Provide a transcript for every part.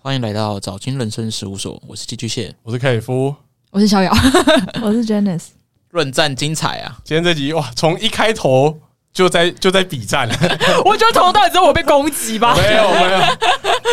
欢迎来到早金人生事务所，我是寄居蟹，我是凯夫。我是逍 遥，我是 Janice，论战精彩 啊！今天这集哇，从一开头就在就在比 战，我觉得从头到尾只有我被攻 击吧，没有没有，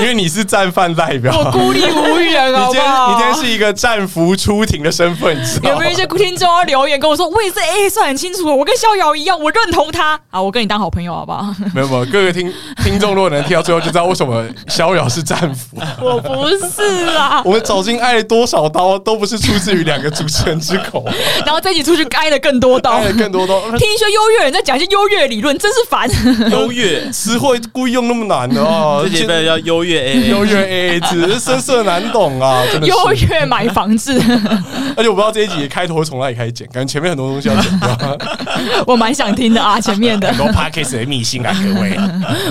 因为你是战犯代表，我孤立无援，你好今不天好？你今天是一个战俘出庭的身份，你知道有吗没有一些听众要留言跟我说，我也是 A 算很清楚了，我跟逍遥一样，我认同他啊，我跟你当好朋友好不好？没有没有，各位听听众如果能听到最后，就知道为什么逍遥是战 俘。 我不是啊，我们走进爱了多少刀，都不是出自于两个主持人之口，然后这一起出去挨的更多刀爱，了更多刀。 听一些优越人在讲一些优越理论，真是烦。优越，词汇故意用那么难的哦，这节目叫 优越 A，优越 AA 制，深涩难懂啊，真的是。 优越买房子， 而且我不知道这一集开头从哪里开始剪，感觉前面很多东西要剪掉，很我蛮想听的啊，前面 的多 podcast 的秘辛啊，各 位，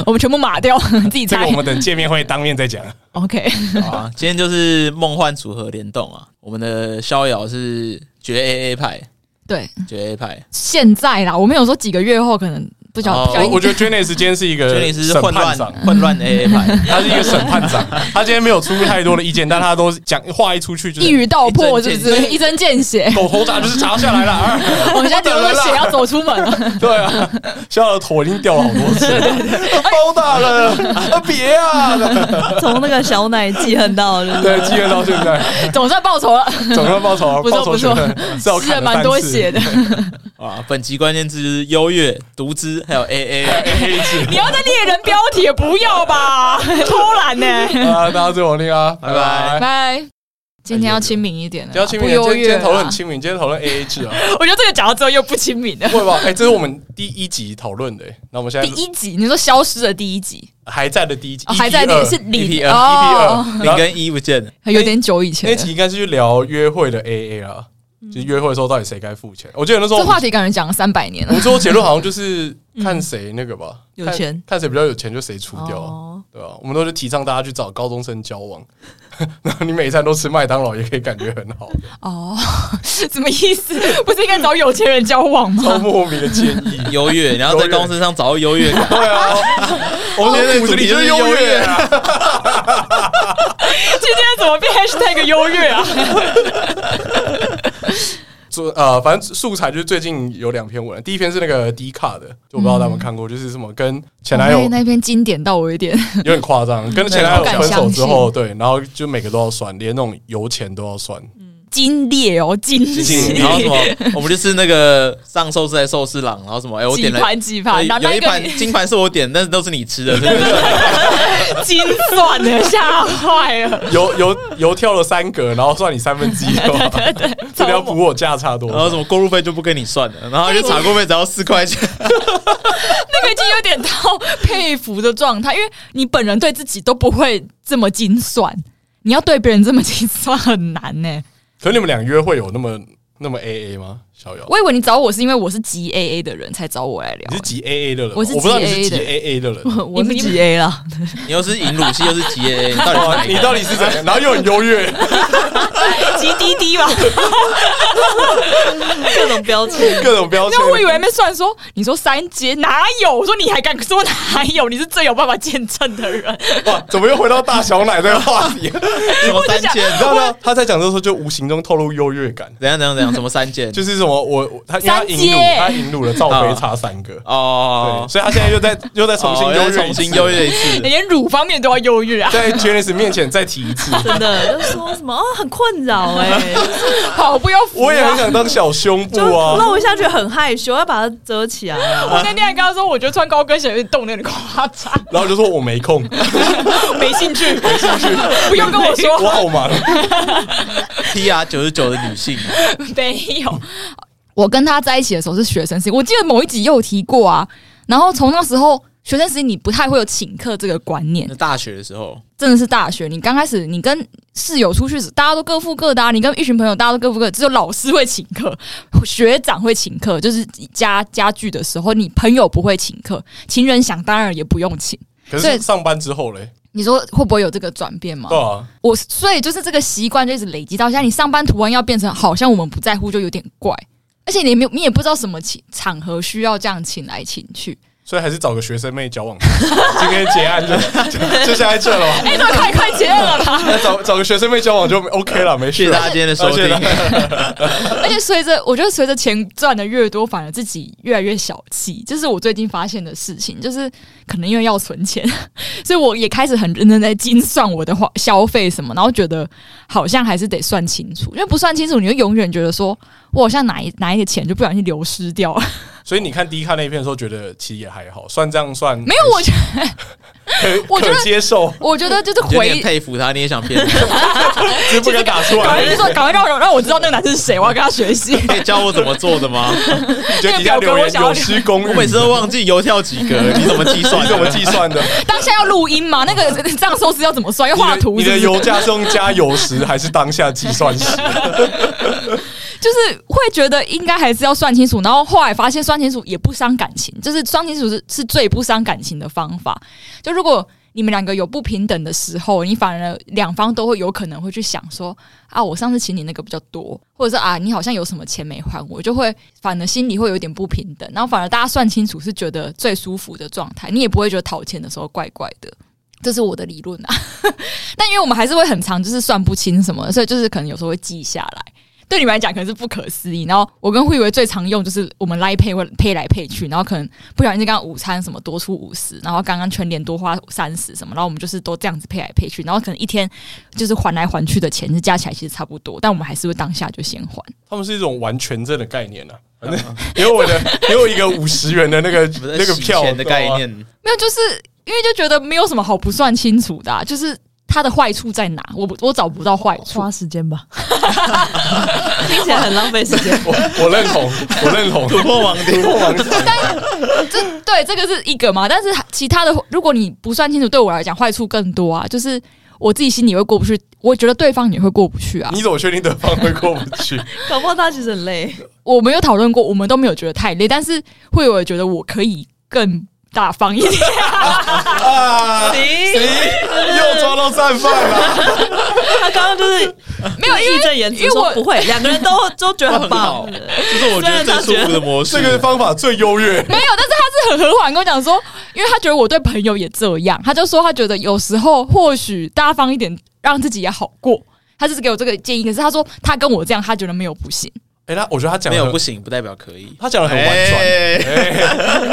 我们全部码掉， 自己这个猜我。们等见面会当面再讲。 OK，好啊！今天就是梦幻组合联动啊，我们的逍遥是绝 A A 派，对，绝 A 派，现在啦，我们有说几个月后可能不晓哦不小我心我觉得 Janice 今天是一绝个对是呃审混判乱长，混 乱 A A 派，他是一个审判 长，他今天没有出太多的意见，但他都讲话一出去就一是语道破，是一不针是见一针见血？狗头铡就是铡下来了。 啊我们现在流不等人着啦血要走出门 了，对啊，逍遥的头已经掉了好多次，哎包大人，啊别啊！从那个小奶记恨到就是对，记得到现在，总算报仇了，总算报仇，不错报仇不雪错恨，至少吃砍了了蛮三多次血的。啊！本集关键字就是优越、独资还有 A A。黑字你要在猎人标题也不要吧， 偷懒呢、啊！大家最我听啊，拜拜拜。今天要亲民一点了啦，不要亲民，不啊今天优今越天讨论了很。亲民，今天讨论 AA 制啊，我觉得这个讲到之后又不亲民 了。会吧？哎，这是我们第一集讨论的，欸那我们现第在一集，你说消失的第一集，还在的第一集，E 哦，还在那那个是一李二哦， EP 呃二，零 然后跟一不见了，有点久以前那了。集应该是去聊约会的 AA 啊，就是约会的时候到底谁该付钱？我记得那时候嗯这我话们题感嗯觉讲了三百年我了们。最后结论好像就是看谁那个吧，有看钱看谁比较有钱就谁出掉啊。哦，对啊，我们都是提倡大家去找高中生交往， 然后你每一餐都吃麦当劳，也可以感觉很好，哦， 什么意思？不是应该找有钱人交往超吗？莫名的建议。优越，然后在公司上找到优越感， 对啊，我们的 骨骨子子里里就就是是优 优越越啊。今天怎么变 hashtag 优越啊？做呃，反正素材就是最近有两篇文，第一篇是那个 D 卡的，就我不知道大家有没有看过，就是什么跟前男友嗯哦那那篇经典到我有点有点夸张，跟前男友不敢分手之相后，对，然后就每个都要算，连那种油钱都要算，精烈哦，精精细 然后什么，我们就是那个上寿司还寿司郎，然后什么，哎，我几点了盘几有盘，然后有那一盘 个金盘是我点，但是都是你吃的，是不是？精算的吓坏了，油油油跳了三格，然后算你三分 之一的话， 这个要补我价差多然后少什？么过路费就不跟你算了，然后 就查过费只要四块钱，那个已经有点到佩服的状态，因为你本人对自己都不会这么精算，你要对别人这么精算很难呢、可你们俩约会有那么那么 A A 吗？逍遥，我以为你找我是因为我是极 AA 的人才找我来聊你是，集 A A 的人吗，我是我不知道你 GAA 是集的 A A 的人。 我我是你 G A 啦， 你又是引乳系又是极 A，到底是哇哪一你个？到底是怎样？然后又很优越，极滴滴吧？各种标签。 各种标签 那。我以为没算说，你说三阶哪有？我说你还敢说哪有？你是最有办法见证的人。哇，怎么又回到大小奶这个话题？什么三件？你知道吗？他在讲的时候就无形中透露优越感，怎样怎样怎样？什么三件？就是什么我我他因为他三引阶辱他引辱了罩杯差三个，哦对，，所以他现在又在又在重新哦优要越，重新优，越一 次。连乳方面都要优越啊！在 Janice 面前再提 一次。真 的就说什么哦，很困扰哎、 跑步要扶、啊，我也很想当小胸部就啊，露一下去很害羞，要把它遮起来啊。我那天还跟他说，我觉得穿高跟鞋有点动的有点夸张，然后就说我没空，没兴趣，没兴趣，不用跟我我说，好忙。 PR 九十九的女性，没有。我跟他在一起的时候是学生时期，我记得某一集又有提过啊。然后从那时候，学生时期你不太会有请客这个观念那，大学的时候，真的是大学。你刚开始，你跟室友出去，大家都各付各的、啊；你跟一群朋友，大家都各付各的。只有老师会请客，学长会请客，就是家家具的时候，你朋友不会请客，情人想当然也不用请。可所以是上班之后嘞，你说会不会有这个转变吗？对啊，我所以就是这个习惯就一直累积到现在，你上班突然要变成好像我们不在乎，就有点怪。而且你也没有，你也不知道什么情场合需要这样请来请去，所以还是找个学生妹交往。今天结案就就就下在这了，哎，这太快结了啦！那找找个学生妹交往就 OK 了，没谢事谢了大。家今天的收谢谢听大。而且随着我觉得随着钱赚的越多，反而自己越来越小气，这是我最近发现的事情。就是可能因为要存钱， 所以我也开始很认真在精算我的花消费什么，然后觉得好像还是得算清楚，因为不算清楚，你就永远觉得说我好像哪一哪一个钱就不小心流失掉了。 所以你看第一看那一片的时候，觉得其实也还好，算这样算没有，我觉得 可我觉得可接受，我觉得就是你觉得你回很。佩服他，你也想骗他，只是不敢打出赶来快。就说，赶快让我让我知道那个男生是谁，我要跟他学习。 可以教我怎么做的 吗？你觉得底下留言有失公我允，每次都忘记油跳几 格，你怎么计算？你怎么计？算的？当下要录音吗？那个账收支要怎么算？要 画图你的你是不是的油价是用加油时还是当下计算 时？就是会觉得应该还是要算清楚，然后后来发现算清楚也不伤感情，就是算清楚是是最不伤感情的方法。就如果你们两个有不平等的时候，你反而两方都会有可能会去想说啊，我上次请你那个比较多，或者是啊，你好像有什么钱没还我，就会反而心里会有一点不平等，然后反而大家算清楚是觉得最舒服的状态，你也不会觉得讨钱的时候怪怪的。这是我的理论啊， 但因为我们还是会很长，就是算不清什么的，所以就是可能有时候会记下来。对你们来讲可能是不可思议。然后我跟慧维最常用就是我们来配会配来配去，然后可能不小心刚刚午餐什么多出五十，然后刚刚全年多花三十什么，然后我们就是都这样子配来配去，然后可能一天就是还来还去的钱，就加起来其实差不多，但我们还是会当下就先还。他们是一种完全证的概念呢、啊。反正给我的，给我一个五十元的那个嗯不是那个洗票钱的概，念，没有，就是因为就觉得没有什么好不算清楚的啊、就是它的坏处在哪，我不我找不到坏处。花时间吧， 听起来很浪费时间。你知道吗我我认同，我认 同。突破盲点，这对这个是一个嘛，但是其他的，如果你不算清楚，对我来讲坏处更多啊。就是我自己心里会过不去，我觉得对方也会过不去啊。你怎么确定对方会过不去？ 搞不好他其实很 累，我没有讨论过，我们都没有觉得太累，但是会有人觉得我可以更大方一点。 啊！行， 又抓到战犯了，他刚刚就是没有，因义为正言因辞为我说不会，两个人都都觉得很 棒很。这是我觉得最舒服的模式。这个方法最优越。没有，但是他是很和缓跟我讲说，因为他觉得我对朋友也这样，他就说他觉得有时候或许大方一点，让自己也好过。他就是给我这个建议，可是他说他跟我这样，他觉得没有不行。哎，他我觉得他讲没的有很不，行，不代表可以。他讲的 很婉转。哎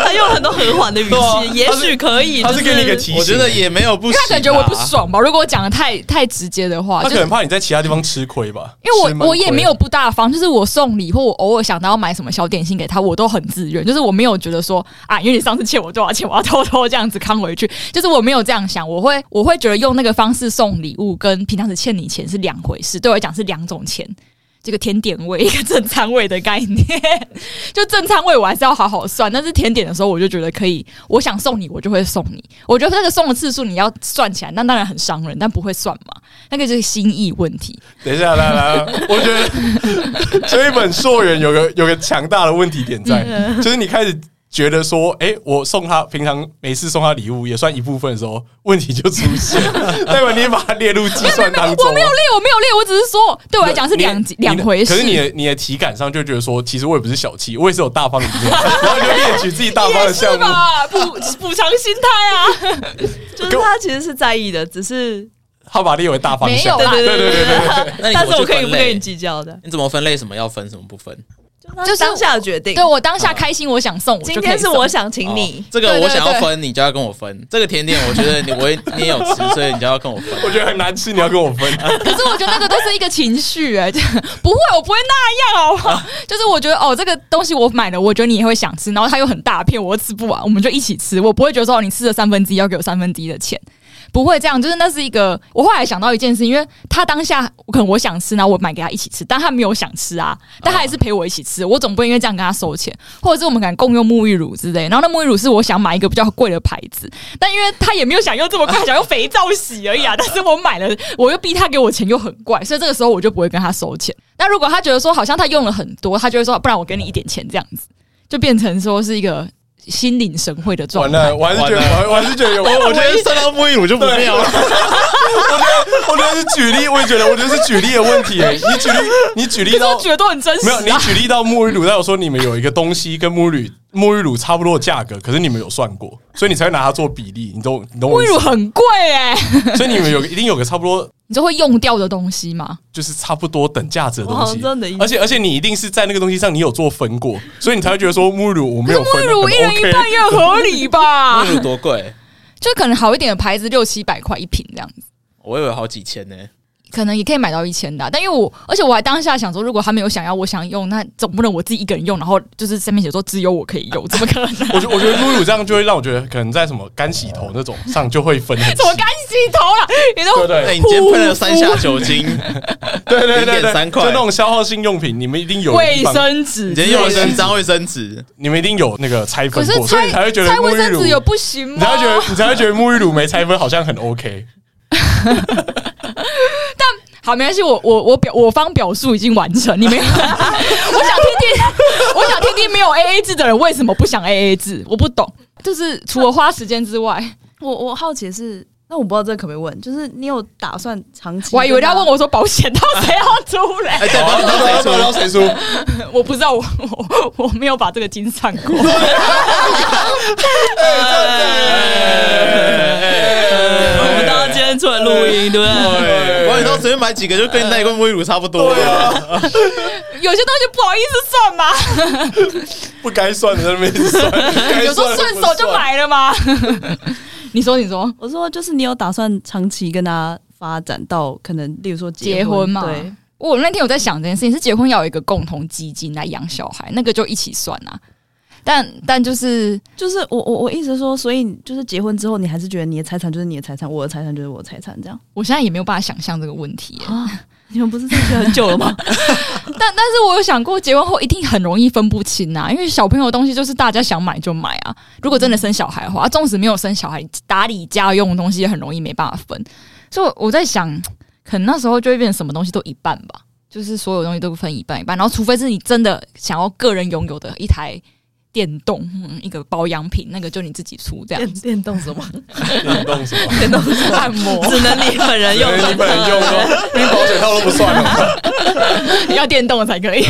他用很多和缓的语对啊气，也许可以，他是就给你一个提醒，我觉得也没有不因行为啊。他可能觉得我不爽吧，如果我讲的太太直接的话，他就可是能怕你在其他地方吃亏吧。因为吃闷我亏我也没有不大方，就是我送礼或我偶尔想到要买什么小点心给他，我都很自愿，就是我没有觉得说啊，因为你上次欠我多少钱，我要偷偷这样子扛回去，就是我没有这样想，我会我会觉得用那个方式送礼物跟平常时欠你钱是两回事，对我来讲是两种钱。这个甜点位，一个正餐位的概念， 就正餐位我还是要好好算，但是甜点的时候我就觉得可以，我想送你我就会送你。我觉得那个送的次数你要算起来，那当然很伤人，但不会算嘛，那个就是心意问题。等一下，来来， 来我觉得追本溯源有个有个强大的问题点在，嗯就是你开始觉得说，哎、我送他平常每次送他礼物也算一部分的时候，问题就出 现，代表你把它列入计算当中啊我。没有累，我没有累，我只是说对我来讲是两你两回事。可是你的你的体感上就觉得说，其实我也不是小气，我也是有大方一面， 然后你就列举自己大方的也项是目。吧？补补偿心态啊，就是他其实是在意的，只是他把它列为大方没项有目，啦，对哦对对对那你但怎是么去我可以分不跟你类计较的，你怎么分类？什么要分，什么不分？就是当下决定 对。我当下开心，我想送，我今就可以天是送我想请你哦，这个对我对想要对分，你就要跟我分。这个甜点我觉得你我也你也有吃，所以你就要跟我 分。我觉得很难吃，你要跟我分。可是我觉得那个都是一个情绪哎、 就不会，我不会那样好不 好？就是我觉得哦，这个东西我买了，我觉得你也会想吃，然后它又很大片，我又吃不完，我们就一起吃，我不会觉得说哦你吃了三分之一要给我三分之一的钱。不会这样，就是那是一个。我后来想到一件事，因为他当下可能我想吃，然后我买给他一起吃，但他没有想吃啊，哦但他也是陪我一起吃。我总不会因为这样跟他收钱，或者是我们敢共用沐浴乳之类。然后那沐浴乳是我想买一个比较贵的牌子，但因为他也没有想用这么快，想用肥皂洗而已啊。 但是我买了，我又逼他给我钱，又很怪，所以这个时候我就不会跟他收钱。那如果他觉得说好像他用了很多，他就会说不然我给你一点钱这样子，就变成说是一个心领神会的状 完态了，。我还是觉完得，了我还是觉得有，我我觉得算到沐浴乳就不妙 了。我觉得是举例，我也觉得，我觉得是举例的问题。你举例，你举例可是我到觉得都很真实没有？你啊。举例到沐浴乳，但我说你们有一个东西跟沐浴乳沐浴乳差不多的价格，可是你们有算过，所以你才会拿它做比例，你懂你懂沐我意浴思乳吗？很贵哎、所以你们有一定有个差不多，你就会用掉的东西嘛？就是差不多等价值的东我西知道你的意。思而且而且你一定是在那个东西上你有做分过，所以你才会觉得说沐浴乳我没有分沐浴乳很一人一 OK 半也合理吧沐？浴乳多贵？ 就可能好一点的牌子六七百块一瓶这样子，我以为好几千呢。可能也可以买到一千的啊、但因为我，而且我还当下想说，如果他们有想要我想用，那总不能我自己一个人用，然后就是上面写说只有我可以 用，怎么可能？我觉我觉得沐浴乳这样就会让我觉得可能在什么干洗头那种上就会分很细 怎，么干洗头了？你对啊不那都对哎你今天喷了三下酒精， 对对对对， 0.3块就那种消耗性用品，你们一定有卫一哦个地方，生纸你之今天类的，用了三张卫生纸，你们一定有那个拆可分是过，所以拆你才会觉得拆沐卫浴生乳纸有不行吗？你才会觉得，你才会觉得沐浴乳没拆分好像很 OK。好，没关系，我我我表我方表述已经完 成，你没有？我想听听，我想听听没有 A A 制的人为什么不想 A A 制，我不懂。就是除了花时间之外，我我好奇的是，那我不知道这个可不可以问，就是你有打算长期？我还以为他问，我说保险到底谁要出嘞？哎，对，然后谁然后说？谁输？哎我不知道，我我我没有把这个经上过。哎我们到今天出来录音，对不对？对，我以后随便买几个就跟那一罐沐浴乳差不多啊了。有些东西不好意思算嘛，不该算的在那边算，该有时候哎算的顺不手就算。买了嘛。 你说，你说，我说就是你有打算长期跟他发展到可能，例如说结婚婚嘛对，我那天有在想这件事情，是结婚要有一个共同基金来养小孩，那个就一起算啊。但但就是就是我我我一直说，所以就是结婚之后，你还是觉得你的财产就是你的财产，我的财产就是我的财产，这样我现在也没有办法想象这个问题耶、啊？你们不是在一起很久了 吗？但但是我有想过，结婚后一定很容易分不清啊，因为小朋友的东西就是大家想买就买啊。如果真的生小孩的话，啊纵、使没有生小孩，打理家用的东西也很容易没办法分。所以我在想，可能那时候就会变成什么东西都一半吧，就是所有东西都分一半一半。然后，除非是你真的想要个人拥有的一台电动，嗯、一个保养品，那个就你自己出这样子。电动什么？电动什么？电动按摩，只能你本人用，你本人用 哦，连保险套都不算了。你要电动的才可以。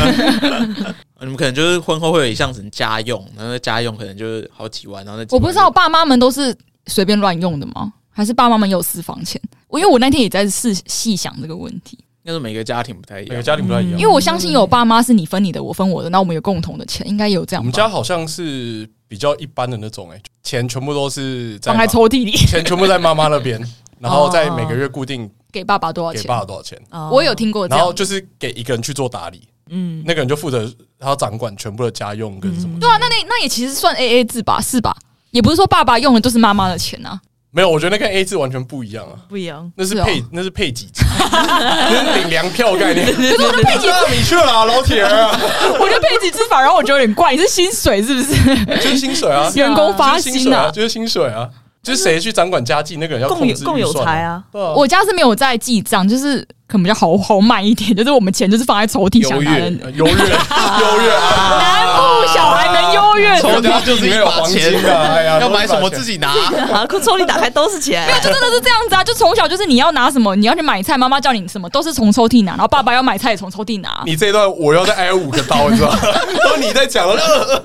你们可能就是婚后会有一项成家用，然后那家用可能就是好几万，然后那几我万不知道爸妈们都是随便乱用的吗？还是爸妈们有私房钱？我因为我那天也在试细想这个问题，应该是每个家庭不太一每样 个。家庭不太一嗯样因为。我相信有爸妈是你分你的，我分我的，那我们有共同的钱，应该也有这我样们吧？家好像是比较一般的那种、欸，哎，钱全部都是在放妈在抽屉里，钱全部在妈妈那边，然后在每个月固定给爸爸多少给钱？爸多少钱，哦 我有听过这然后样。就是给一个人去做打理，嗯，那个人就负责他掌管全部的家用跟什么。对啊，那那那也其实算 A A 制吧，是吧？也不是说爸爸用的就是妈妈的钱啊， 没有，我觉得那跟 A 制完全不一样啊，不一样。那是是哦配那是配给制， 那是领粮票概念。配给那你去了啊，老铁啊，我就配几支法，然后我觉得有点怪，你是薪水是不是？就是薪水啊，员工发就是薪薪水啊，啊？就是薪水啊，就是谁去掌管家计，那个人要共控有制共有预算财。啊，对啊，我家是没有在记账，就是可能比较好好慢一点，就是我们钱就是放在抽屉，啊优想越拿的呃优越优越啊！南部小孩能优越抽怎么屉办？就是一没有把黄钱金 啊，哎 呀，要买什么己。自己拿， 啊，抽屉打开都是 钱，就真的是这样子啊！就从小就是你要拿什么，你要去买菜，妈妈叫你什么都是从抽屉拿，然后爸爸要买菜也从抽屉 拿。你这一段我要再挨五个刀，你知道 吗？然后你在讲了，呃呃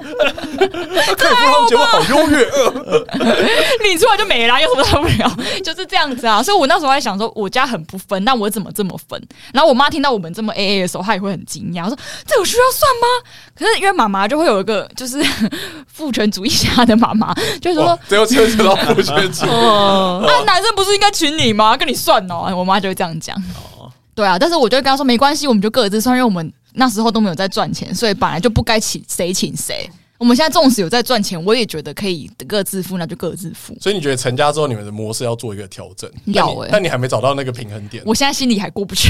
克服他们节目好优越，呃领出来就没啦，有什么大不了？就是这样子啊！所以我那时候还想说，我家很不分，但我怎么这么分？然后我妈听到我们这么 A A 的时候，她也会很惊讶，说这有需要算吗？可是因为妈妈就会有一个就是 父权主义下的妈妈，就是说哇，最后牵扯到不学主。哦，那啊男生不是应该娶你吗？跟你算哦，我妈就会这样讲。对啊，但是我就会跟她说没关系，我们就各自算，因为我们那时候都没有在赚钱，所以本来就不该请谁请谁。我们现在纵使有在赚钱，我也觉得可以各自付，那就各自付。所以你觉得成家之后你们的模式要做一个调整？要但你欸但你还没找到那个平衡点。我现在心里还过不去，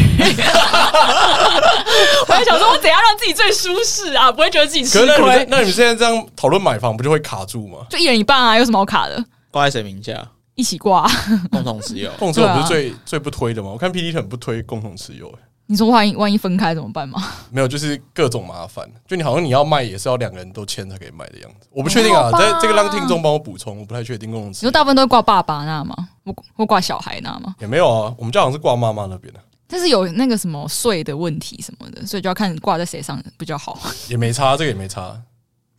我还想说，我怎样让自己最舒适啊？不会觉得自己吃可是那你们亏，那你们现在这样讨论买房，不就会卡住吗？就一人一半啊，有什么好卡的？挂在谁名 下？一起挂啊、共同持有。共持有不对是啊最、最不推的吗？我看 P D 很不推共同持有、欸，你说万一万一分开怎么办嘛？没有，就是各种麻烦。就你好像你要卖，也是要两个人都签才可以卖的样子。我不确定啊，好吧这这个让听众帮我补充，我不太确定共同你持说有大部分都会挂爸爸那吗？或或挂小孩那吗？也没有啊。我们家好像是挂妈妈那边的、但是有那个什 么税的问题什么的，所以就要看挂在谁上比较好，也没差，这个也没差。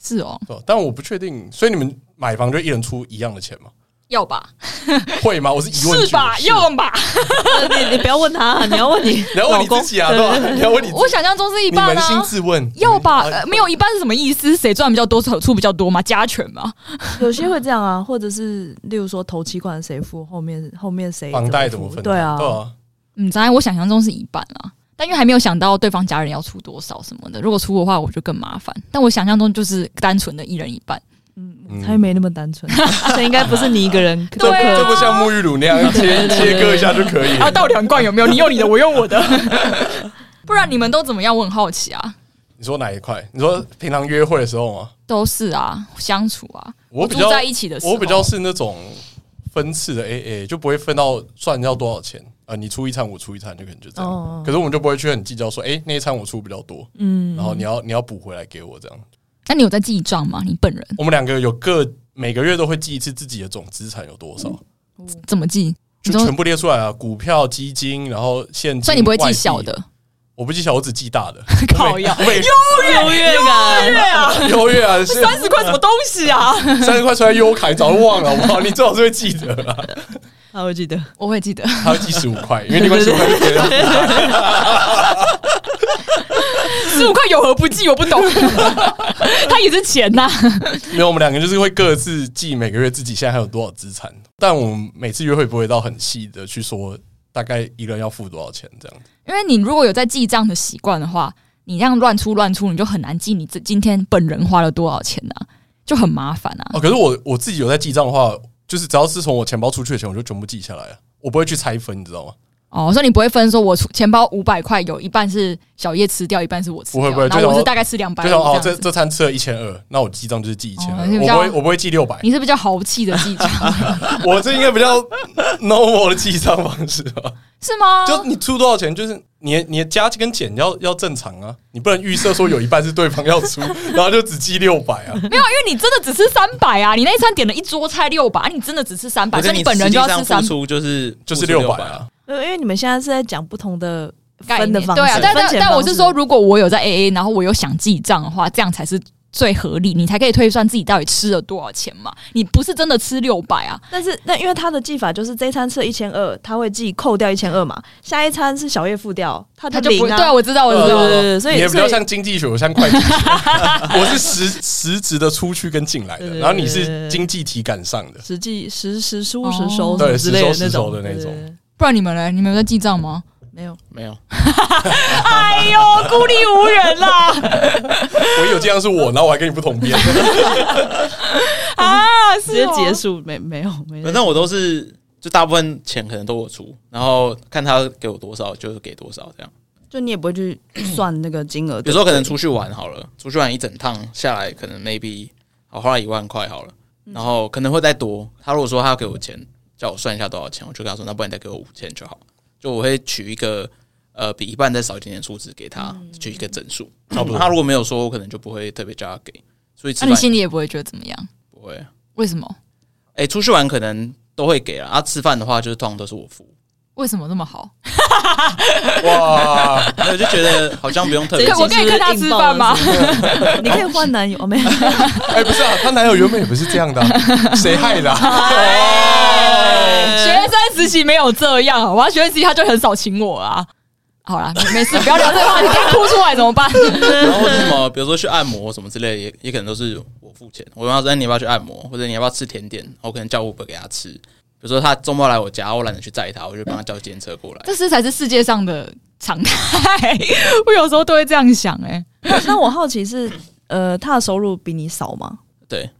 是哦，对吧？但我不确定，所以你们买房就一人出一样的钱吗？要吧？会吗？我是疑问句是吧？要吧？ 你你不要问 他，你要问你你要问你自己啊，对吧？你要问你自己，我想象中是一你半扪心啊。自问，要吧、嗯呃没有一半是什么意思？谁赚比较多，出出比较多嘛？加权嘛？有些会这样啊，或者是例如说头期款谁付，后面后面谁房贷怎怎么分？对啊，对啊，嗯，当然我想象中是一半啊，但因为还没有想到对方家人要出多少什么的，如果出的话，我就更麻烦。但我想象中就是单纯的一人一 半，嗯嗯，他也没那么单 纯，这应该不是你一个 人，这不对啊这不像沐浴乳那样 切切割一下就可以然后。啊到两罐有没有？你用你的，我用我的， 不然你们都怎么样？我很好奇啊，你说哪一块？你说平常约会的时候吗？都是啊，相处啊，我比住较在一起的时候，我比较是那种分次的 A A，就不会分到算要多少钱呃，你出一餐，我出一餐，就可能就这样。哦可是我们就不会去很计较说，哎、那一餐我出比较多，嗯，然后你要你要补回来给我这样。那你有在记账吗？你本人我们两个有各每个月都会记一次自己的总资产有多少，嗯怎么记？就你都全部列出来啊，股票、基金，然后现金。所以你不会外记币小，的，我不记小，我只记大的。 靠呀，我每优越感，优越啊，是三十块什么东西啊？三十块出来优卡，你早就忘了好不好？你最好是会记得啦，他会记得， 我会记得。还要记十五块，因为另外十五块就给他。十五块有何不计？我不 懂，它也是钱呐、没有，我们两个就是会各自记每个月自己现在还有多少资产，但我们每次约会不会到很细的去说大概一个人要付多少钱这样。因为你如果有在记账的习惯的话，你这样乱出乱出，你就很难记你这今天本人花了多少钱啊，就很麻烦啊。哦，可是我我自己有在记账的话，就是只要是从我钱包出去的钱，我就全部记下来了，我不会去拆分，你知道吗？哦，所以你不会分说，我出钱包五百块，有一半是小叶吃掉，一半是我吃掉，不会不会然就后想我说是大概吃两百就这像哦样，这子。这餐吃了一千二，那我记账就是记一千二，哦你比我较不会我不会记六百，你是比较豪气的 记账我这应该比较 normal 的记账方式 吧。是吗？就你出多少钱，就是你的你的加跟减要要正常啊，你不能预设说有一半是对方要 出，然后就只记六百啊。没有，因为你真的只吃三百啊！你那一餐点了一桌菜六百、啊，你真的只吃三百，可所是以你本人就要吃三付出就是就是付出六百600啊。。因为你们现在是在讲不同的概分的念。方式，对啊，但但分钱但我方是式说，，如果我有在 AA，然后我有想记账的话，这样才是最合理，你才可以推算自己到底吃了多少钱嘛。你不是真的吃六百啊？但是那因为他的记法就是这一餐吃了一千二，他会记扣掉一千二嘛，下一餐是小叶付掉，他他就就不零会对啊啊，。我知道，我知道。对对对所以你也比较所以像经济学，我像 会计学。我是实实质的出去跟进来对的，对然后你是经济体感上的。实际实实收哦实收对之类的实收那实收种的那种对对对不然你们呢？你们有在记账吗？没有，没有，哎呦，孤立无人啦！我有这样 是我，然后我还跟你不同边，啊，直直接结。束，没没有没有嗯反。正我都是就大部分钱可能都我出，然后看他给我多少就是给多少这样。就你也不会 去算那个金额，有时候可能出去玩好了，出去玩一整趟下来，可能 maybe 我花了一万块好了，嗯然后可能会再多。他如果说他要给我钱，叫我算一下多少钱，我就跟他说，那不然你再给我五千就好。就我会取一个呃比一半再少一点点数字给他，嗯取一个整数。差不多他如果没有说，我可能就不会特别叫他给。所以吃那饭啊你心里也不会觉得怎么样？不会。为什么？哎、出去玩可能都会给啊，啊，吃饭的话就是通常都是我付， 为什么这么好？哇！那我就觉得好像不用特这别一集对，是我可以看他吃饭吗？你可以换男友，哦 没有？哎，不是啊，她男友原本也不是这样 的啊，谁害的啊？哎呃学生时期没有这样，好吧？学生时期他就很少请我啊。好啦，没没事，不要聊这个话题，等一下哭出来怎么办？ 然后或者什么，比如说去按摩什么之类的，也也可能都是我付钱。我问他说：“哎，你要不要去按摩？或者你要不要吃甜点？”我可能叫 Uber 给他吃。比如说他周末来我家，我懒得去载他，我就帮他叫计程车过嗯来。这是才是世界上的常态。我有时候都会这样想、哎，那我好奇是，呃，他的收入比你少吗？对，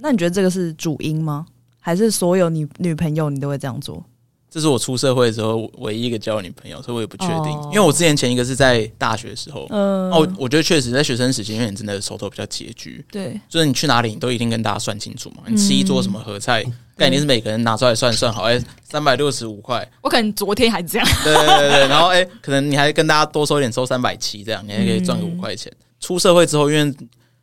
那你觉得这个是主因吗？还是所有你女朋友你都会这样做？这是我出社会之后唯一一个交的女朋友，所以我也不确定。哦因为我之前前一个是在大学的时候，嗯、哦，我觉得确实在学生时期，因为你真的手头比较拮据，对，就是你去哪里，你都一定跟大家算清楚嘛。你吃一桌什么合菜，概念是每个人拿出来算算好，哎，三百六十五块，我可能昨天还这样，对对对对，然后哎、可能你还跟大家多收一点，收三百七这样，你还可以赚个五块钱。出社会之后，因为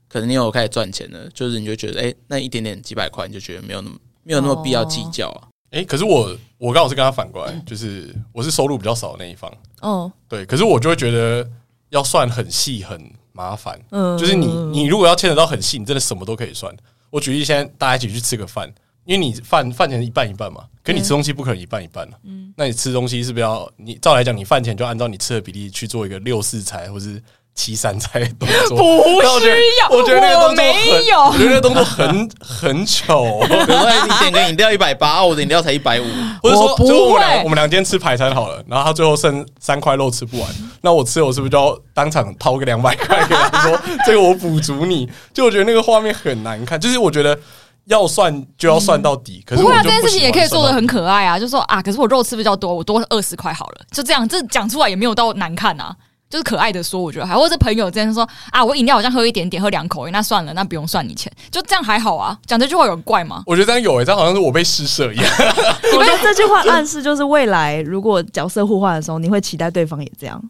可能你有开始赚钱了，就是你就觉得哎、那一点点几百块，你就觉得没有那么没有那么必要计较啊。哎，可是我我刚好是跟他反过来，就是我是收入比较少的那一方，哦，对，可是我就会觉得要算很细很麻烦，嗯就是你你如果要牵扯到很细，你真的什么都可以算。我举例，现在大家一起去吃个饭，因为你饭饭钱一半一半嘛，可嗯你吃东西不可能一半一半啊。那你吃东西是不是要你照来讲，你饭钱就按照你吃的比例去做一个六四菜或是七三菜的动作？ 不但我觉得需要我觉得那个我动作很没有我觉得那个动作很很糗。比如说哎你点个饮料一百八，啊我的饮料才一百五，或者我说，不就我们俩会我们俩今天吃排餐好了，然后他最后剩三块肉吃不完，那我吃我是不是就要当场掏个两百块给他说，这个我补足你？就我觉得那个画面很难看，就是我觉得要算就要算到底，可是不我会啊，就这件事情也可以做的的很可爱啊，就说啊，可是我肉吃比较多，我多二十块好了，就这样，这讲出来也没有到难看啊，就是可爱的说，我觉得还或者是朋友之间说啊，我饮料好像喝一点点，喝两口而已，那算了，那不用算你钱，就这样还好啊，讲这句话有怪吗？我觉得这样有诶、这样好像是我被施舍 一样。 我觉得这句话暗示就是未来如果角色互换的时候，你会期待对方也这样。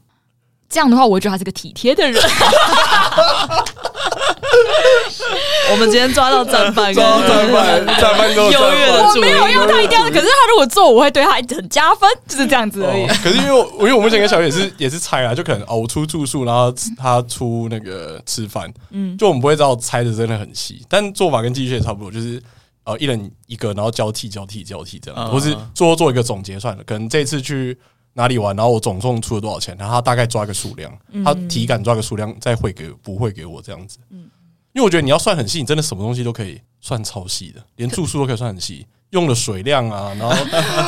这样的话，我会觉得他是个体贴的人， 我们今天抓到战 犯抓到战犯战犯都有啊 优越战的犯我主没有要他一定要，可是他如果做，我会对他很加分，就是这样子而已。哦可是因为我 因为我目前跟小雨也是也是猜啊，就可能哦，我出住宿，然后他出那个吃饭，嗯，就我们不会知道猜的真的很细，但做法跟技术也差不多，就是呃一人一个，然后交替交替交替这样，嗯或是最后做一个总结算了。可能这次去哪里玩，然后我总共出了多少钱，然后他大概抓个数量，嗯他体感抓个数量再汇给不汇给我这样子。因为我觉得你要算很细，你真的什么东西都可以算超细的，连住宿都可以算很细。用的水量啊，然后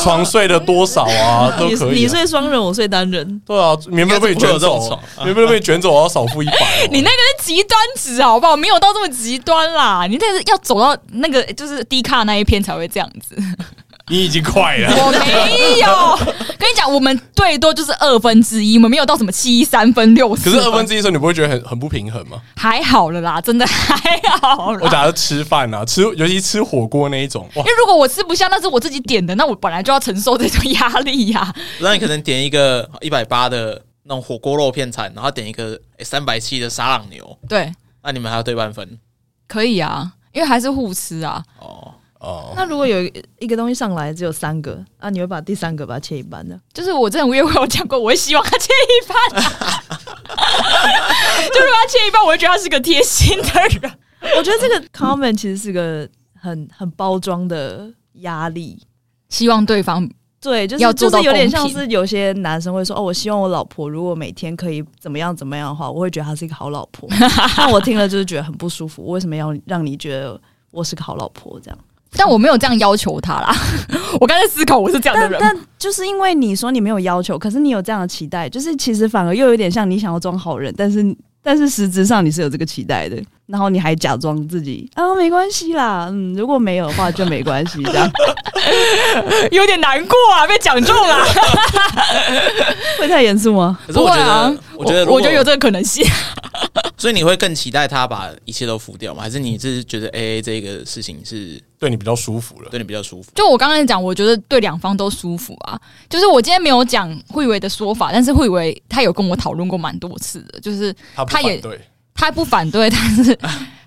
床睡的多少 啊，都可以啊、你你睡双人，我睡单人，对啊，免不了被你卷走应该是不会有这种啊哦，免不了被你卷走，我要少付一 百。你那个是极端值好不好？没有到这么极端啦，你那是要走到那个就是低卡那一篇才会这样子。你已经快了，我没有，跟你讲，我们最多就是二分之一，我们没有到什么七三分 六可四是分。二分之一的时候，你不会觉得很很不平 衡吗？还好了啦，真的还好我啦。假如吃饭啊，吃尤其吃火锅那一种，哇因，为如果我吃不下，那是我自己点的，那我本来就要承受这种压力呀、那你可能点一个一百八的那种火锅肉片餐，然后点一个哎三百七的沙朗牛，对，那你们还要对半分可以啊，因为还是互吃啊。哦。哦，那如果有嗯一个东西上来只有三个，啊那你会把第三个把它切一半的？就是我之前约会有讲过，我会希望他切一 半、就是他切一半，我会觉得他是个贴心的人。我觉得这个 comment 其实是个很很包装的压力。希望对方对，就是要做就是到有点公像平是有些男生会说哦，我希望我老婆如果每天可以怎么样怎么样的话，我会觉得她是一个好老婆。 但我听了就是觉得很不舒服，为什么要让你觉得我是个好老婆这样？但我没有这样要求他啦。我刚才思考，我是这样的但人吗。但就是因为你说你没有要求，可是你有这样的期待，就是其实反而又有点像你想要装好人，但是但是实质上你是有这个期待的，然后你还假装自己啊没关系啦，嗯，如果没有的话就没关系这 样，有点难过啊，被讲中了。会太严肃吗？可是我觉得，我觉得如果，啊我觉得有这个可能性。所以你会更期待他把一切都付掉吗？还是你是觉得 A A 这个事情是对你比较舒服了。对你比较舒服？就我刚才讲，我觉得对两方都舒服啊。就是我今天没有讲慧伟的说法，但是慧伟他有跟我讨论过蛮多次的，就是他不他反也对，他不反对，但 是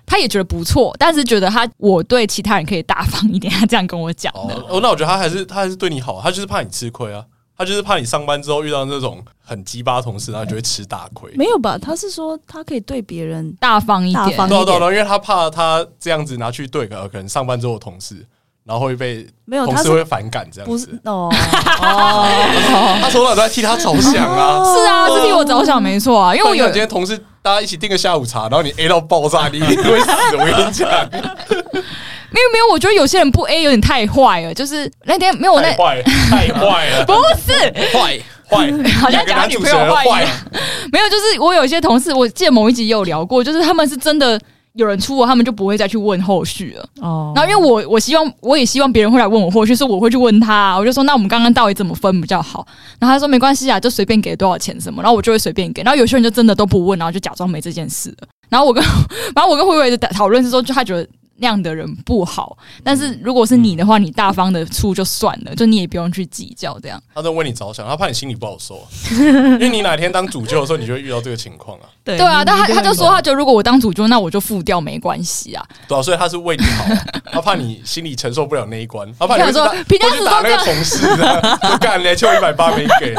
他也觉得不错，但是觉得他我对其他人可以大方一点，他这样跟我讲的。哦，哦那我觉得他还是他还是对你好，他就是怕你吃亏啊，他就是怕你上班之后遇到那种很鸡巴同事，然后你就会吃大亏。没有吧？他是说他可以对别人大方一大点， 方对啊对啊对啊，因为他怕他这样子拿去对个可能上班之后的同事，然后会被没有，同他事是会反感这样不子是。哦 哦，他从小都在替他着想啊。啊是啊，是替我着想，没错啊，因为因我为有今天同事大家一起订个下午茶，然后你 A 到爆炸，你 一定会死。我跟你讲，没有没有，我觉得有些人不 A 有点太坏了，就是那天没有哦我那太坏，太坏了， 不是坏，坏！ 好像两个讲他男女主朋持友人坏坏一样，没有，就是我有一些同事，我记得某一集也有聊过，就是他们是真的有人出国，他们就不会再去问后续了。哦然后因为我我希望我也希望别人会来问我后续，所以我会去问他，啊我就说那我们刚刚到底怎么分比较好？然后他说没关系啊，就随便给多少钱什么，然后我就会随便给。然后有些人 就真的都不问，然后就假装没这件事了。然后我跟然后我跟慧慧的讨论是说，就他觉得。那样的人不好，但是如果是你的话，你大方的出就算了，就你也不用去计较这样。他在为你着想，他怕你心里不好受，啊 因为你哪天当主教的时候，你就会遇到这个情况啊，对对啊，但他他就说，吧他就如果我当主就那我就付掉没关系啊。对啊，所以他是为你好 啊，他怕你心里承受不了那一关，他怕你想会说打评价会只去说打那这个样，同事啊， 我干，你还欠我一百八没给，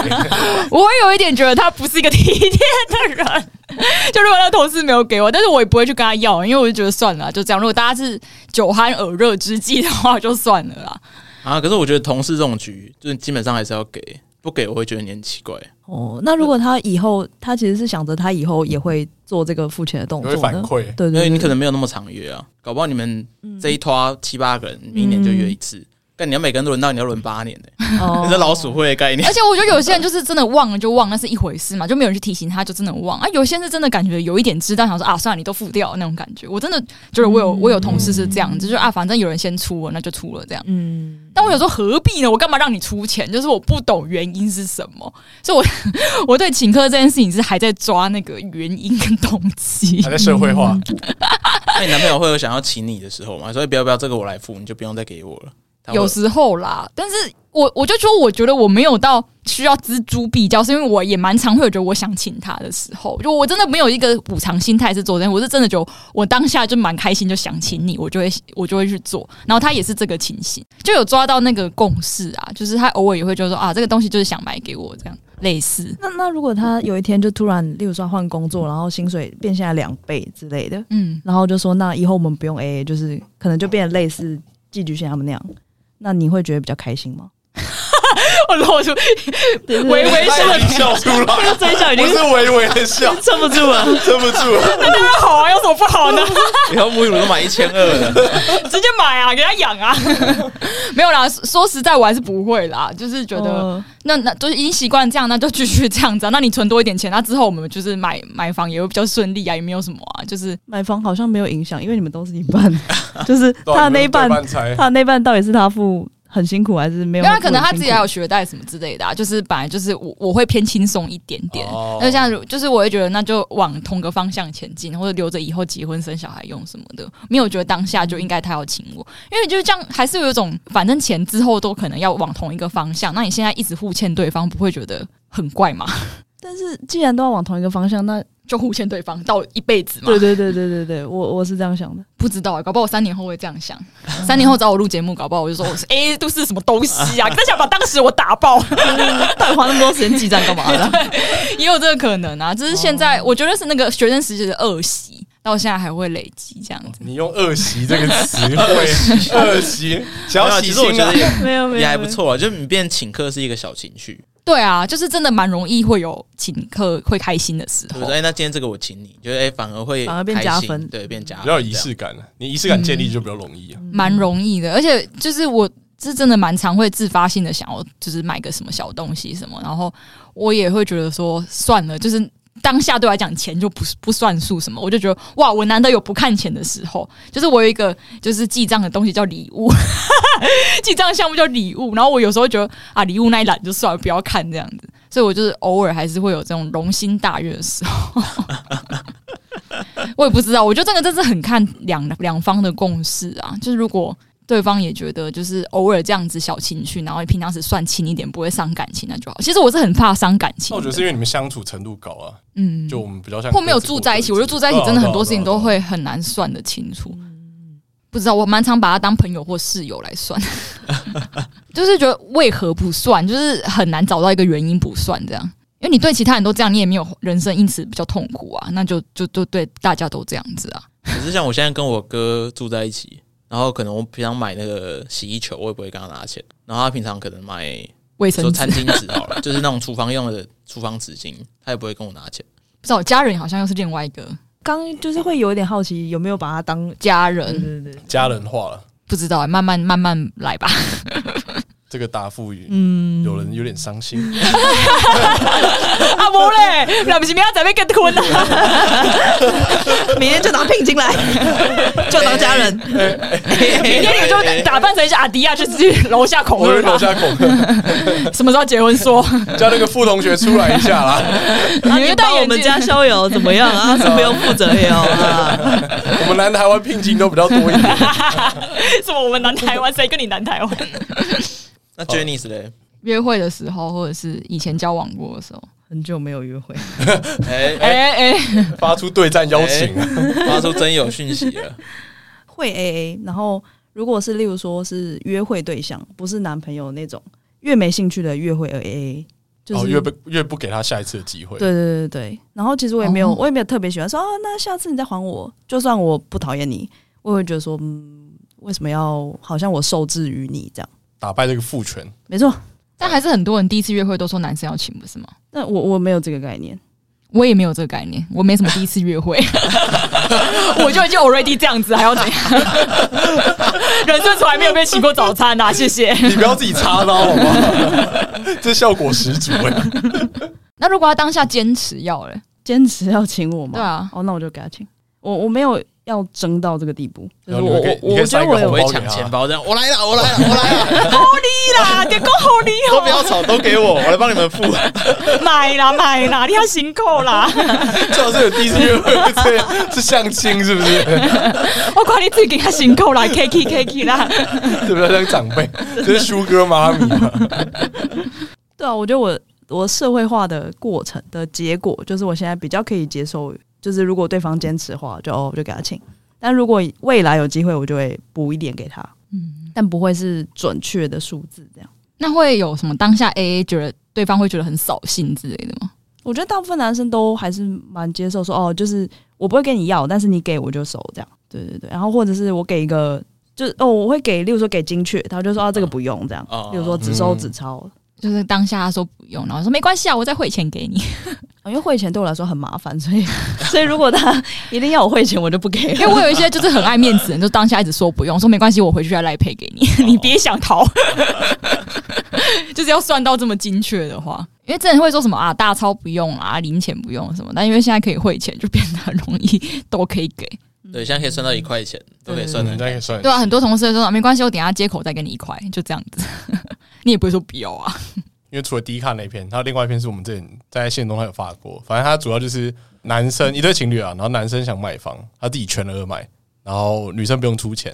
我会有一点觉得他不是一个体贴的人。 就如果他同事没有给我，但是我也不会去跟他要，因为我就觉得算了啊，就这样。如果大家是酒酣耳热之际的话，就算了啦。啊，可是我觉得同事这种局，就是基本上还是要给，不给我会觉得你很奇怪。哦，那如果他以后，他其实是想着他以后也会做这个付钱的动你作会反呢。馈。对对因为对，你可能没有那么常约啊，搞不好你们这一拖七八个人，明年就约一嗯次。但你要每个人轮到，你要轮八年的、哦你是老鼠会的概念而。且我觉得有些人就是真的忘了就忘，那是一回事嘛，就没有人去提醒他，就真的忘啊。有些人是真的感觉有一点知道，想说啊，算了，你都付掉那种感觉。我真的就是我有我有同事是这样子，就是啊，反正有人先出了，那就出了这样。嗯，但我有时候何必呢？我干嘛让你出钱？就是我不懂原因是什么，所以我 我对请客这件事情是还在抓那个原因跟动机啊还。在社会 化，那哎你男朋友会有想要请你的时候吗？所以不要不要，这个我来付，你就不用再给我了。他会有时候啦，但是我我就说，我觉得我没有到需要锱铢必较，是因为我也蛮常会有觉得我想请他的时候，就我真的没有一个补偿心态是做这样，我是真的就我当下就蛮开心，就想请你，我就会 我就会去做，然后他也是这个情形，就有抓到那个共识啊，就是他偶尔也会觉得说啊，这个东西就是想买给我这样类似，那那如果他有一天就突然，例如说换工作，然后薪水变现在两倍之类的，嗯，然后就说那以后我们不用 AA，就是可能就变得类似寄居蟹他们那样，那你会觉得比较开心吗？ 我露出微微笑哎他已经 笑出来，真相不是微微的笑，撑不住了。撑不住了。好啊，有什么不好呢？ 以后沐浴乳都买一千二了，直接买啊，给他养啊， 没有啦，说说实在我还是不会啦，就是觉得。哦那那就是已经习惯这样，那就继续这样子、啊。那你存多一点钱，那之后我们就是买买房也会比较顺利啊，也没有什么啊，就是买房好像没有影响，因为你们都是一 半，就是对啊他的那一半你，们对猜他的那一半到底是他付很辛苦还是没有付因为很辛苦？他可能他自己还有学贷什么之类的、啊，就是本来就是我我会偏轻松一点点。哦那像如就是我会觉得那就往同个方向前进，或者留着以后结婚生小孩用什么的，没有觉得当下就应该他要请我，因为就是这样还是有一种反正钱之后都可能要往同一个方向，那你现在一直互欠对方，不会觉得很怪吗？ 但是既然都要往同一个方向，那就互欠对方到一辈子嘛。对对对对对对，我我是这样想 的。不知道、欸搞不好我三年后会这样想。三年后找我录节目，搞不好我就说我是 A 都是什么东西啊？更想把当时我打爆，到底花那么多时间记账干嘛的？ 哦也有这个可能啊。只是现在我觉得是那个学生时期的恶习，到现在还会累积这哦样子。你用“恶习”这个词 汇，恶习，想没有要啊洗其实我心觉啊得。也没有没有，也还不。错啊。就是你变请客是一个小情绪，对啊，就是真的蛮容易会有请客会开心的时对不候对？。哎，那今天这个我请你，就是哎、反而会反而变开心加分对，变加分比较有仪式感了，你仪式感建立就比较容易嗯啊。蛮容易的，而且就是我是真的蛮常会自发性的想要就是买个什么小东西什么，然后我也会觉得说算了，就是当下对我来讲钱就不是不算数什么，我就觉得哇，我难得有不看钱的时候，就是我有一个就是记账的东西叫礼物， 记账项目叫礼物，然后我有时候觉得啊礼物那一栏就算了，不要看这样子。所以我就是偶尔还是会有这种龙心大悦的时候， 我也不知道，我觉得这个真是很看两两方的共识啊。就是如果对方也觉得就是偶尔这样子小情绪，然后平常时算轻一点，不会伤感情，那就好。其实我是很怕伤感情那的，我觉得是因为你们相处程度高啊，嗯，就我们比较像啊或没有住在一起，我觉得住在一起真的哦很多事情都会很难算得清楚。不知道，我蛮常把他当朋友或室友来算， 就是觉得为何不算，就是很难找到一个原因不算这样。因为你对其他人都这样，你也没有人生因此比较痛苦啊，那就就就对大家都这样子啊。可是像我现在跟我哥住在一起，然后可能我平常买那个洗衣球，我也不会跟他拿钱。然后他平常可能买卫说生纸餐，巾纸好了，就是 那种厨房用的厨房纸巾，他也不会跟我拿钱。不知道家人好像又是另外一个刚就是会有点好奇，有没有把他当嗯家对人，对对，啊家人化了。不知道、欸，慢慢慢慢来 吧。这个答复语嗯，有人有点伤心，啊阿伯嘞，哎、 那不是明天准备跟吞啊？ 明天就拿聘金 来，就当家人。明天你就打扮成一下阿迪亚，就直接楼下 口我味是楼 吧。下口，什么时候结婚说？叫那个副同学出来一下啦。啊你们 你们戴帮我眼们镜家 逍遥怎么样 啊？这不用负责也有啊。我们南台湾聘金都比较多一点。什么？我们南台湾谁跟你南台湾？ 那 Jenny 是嘞？约会的时候，或者是以前交往过的时候， 很久没有约会， 哎、啊 哎哎、发出对战邀请，啊发出真有讯息了。会 AA，然后如果是例如说是约会对象，不是男朋友那种，越没兴趣的越会 AA，就哦，是、越不越不给他下一次的机会。对对对对，然后其实我也没有，哦我也没有特别喜欢说啊，那下次你再还我。就算我不讨厌你，我也会觉得说，嗯，为什么要好像我受制于你这样？打败这个父权，没错，但还是很多人第一次约会都说男生要请，不是吗？但我我没有这个概念。我也没有这个概念，我没什么第一次约 会， 我就已经 already 这样子，还要怎 样？人生从来没有被请过早餐啊，谢谢。你不要自己插刀好 吗？这效果十足哎、那如果他当下坚持要嘞，坚持要请我吗？对啊哦，那我就给他请。我我没有要争到这个地步，就然是后我你会给你我可以我觉塞一得个 我我有红会包抢给他钱包，这样我来了，我 来了，我来了，你啦，点够好你都不要吵，都给我，我来帮你们付。买啦买啦，你要辛苦啦， 最好是有第一次约会这样是相亲是不 是？我管你自己给他辛苦啦，K K K K 啦。对不对？像长辈，这是叔哥妈咪嘛？对啊，我觉得我我社会化的过程的结果，就是我现在比较可以接受，就是如果对方坚持的话，就哦我就给他请。但如果未来有机会，我就会补一点给他，嗯，但不会是准确的数字这样。那会有什么当下 A A 觉得对方会觉得很扫兴之类的吗？我觉得大部分男生都还是蛮接受说，哦，就是我不会跟你要，但是你给我就收这样。对对对，然后或者是我给一个，就是哦，我会给，例如说给精确，他就说啊这个不用这样，哦例如说只收只超，就是当下他说不用，然后说没关系啊，我再汇钱给你，哦因为汇钱对我来说很麻烦，所以所以如果他 一定要我汇钱，我就不给因为了。我有一些就是很爱面子的人，就当下一直说不用，说没关系，我回去再来配给你， 你别想逃，就是要算到这么精确的话。因为之前会说什么啊，大钞不用啊，零钱不用什么，但因为现在可以汇钱，就变得很容易都可以给，对，现在可以算到一块钱，都可以算人嗯的。家可以算对啊，很多同事就说、啊没关系，我等一下接口再给你一块，就这样子， 你也不会说不要啊。因为除了第一看那一篇，还有另外一篇是我们之前在线中还有发过，反正它主要就是男生一对情侣啊，然后男生想买房，他自己全额买，然后女生不用出钱，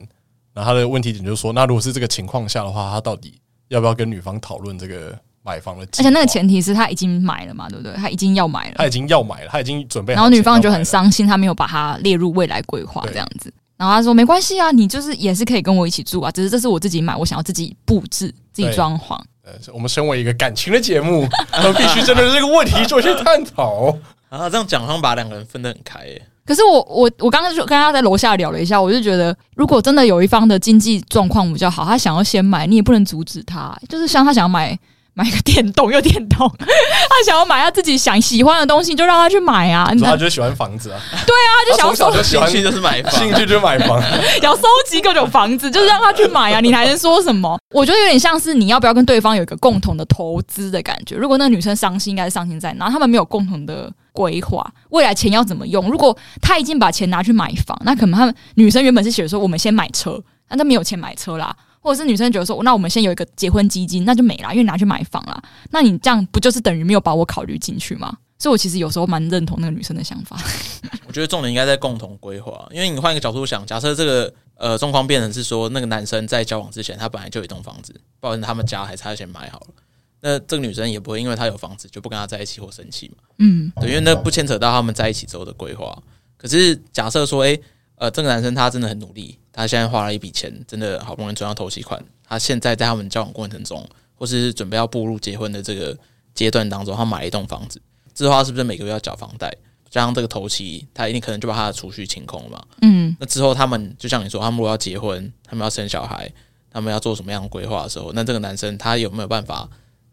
然后他的问题点就是说，那如果是这个情况下的话，他到底要不要跟女方讨论这个买房的？而哎且那个，前提是他已经买了嘛，对不对？他已经要买了，他已经要买了，他已经准备好钱要然买后了，女方就很伤心，她没有把它列入未来规划对这样子。然后她说：“没关系啊，你就是也是可以跟我一起住啊，只是这是我自己买，我想要自己布置、自己对装潢。呃。我们身为一个感情的节目， 我们必须针对这个问题做一些探讨。啊，这样讲好像把两个人分得很开耶。可是我我我刚刚就跟他在楼下聊了一下，我就觉得，如果真的有一方的经济状况比较好，他想要先买，你也不能阻止他。就是像他想要买买个电动，有电动， 他想要买他自己想喜欢的东西，就让他去买啊。你说他他就喜欢房子啊，他就想要从小收就喜兴欢趣就是买房兴，趣就买房，要收集各种房子，就是让他去买啊，你还能说什么？我觉得有点像是你要不要跟对方有一个共同的投资的感觉。如果那个女生伤心，应该是伤心在哪？然后他们没有共同的规划，未来钱要怎么用？如果他已经把钱拿去买房，那可能他们女生原本是写说我们先买车，那他没有钱买车啦。或者是女生觉得说，那我们先有一个结婚基金，那就没啦，因为拿去买房啦。那你这样不就是等于没有把我考虑进去吗？所以我其实有时候蛮认同那个女生的想法。我觉得重点应该在共同规划，因为你换一个角度想，假设这个呃状况变成是说，那个男生在交往之前，他本来就有一栋房子，不管是他们家还是他先买好了，那这个女生也不会因为他有房子就不跟他在一起或生气嘛。嗯，对，因为那不牵扯到他们在一起之后的规划。可是假设说，诶，呃，这个男生他真的很努力，他现在花了一笔钱，真的好不容易赚到头期款，他现在在他们交往过程中，或是准备要步入结婚的这个阶段当中，他买了一栋房子，之后他是不是每个月要缴房贷？加上这个头期，他一定可能就把他的储蓄清空了嘛。嗯，那之后，他们就像你说，他们如果要结婚，他们要生小孩，他们要做什么样的规划的时候，那这个男生他有没有办法，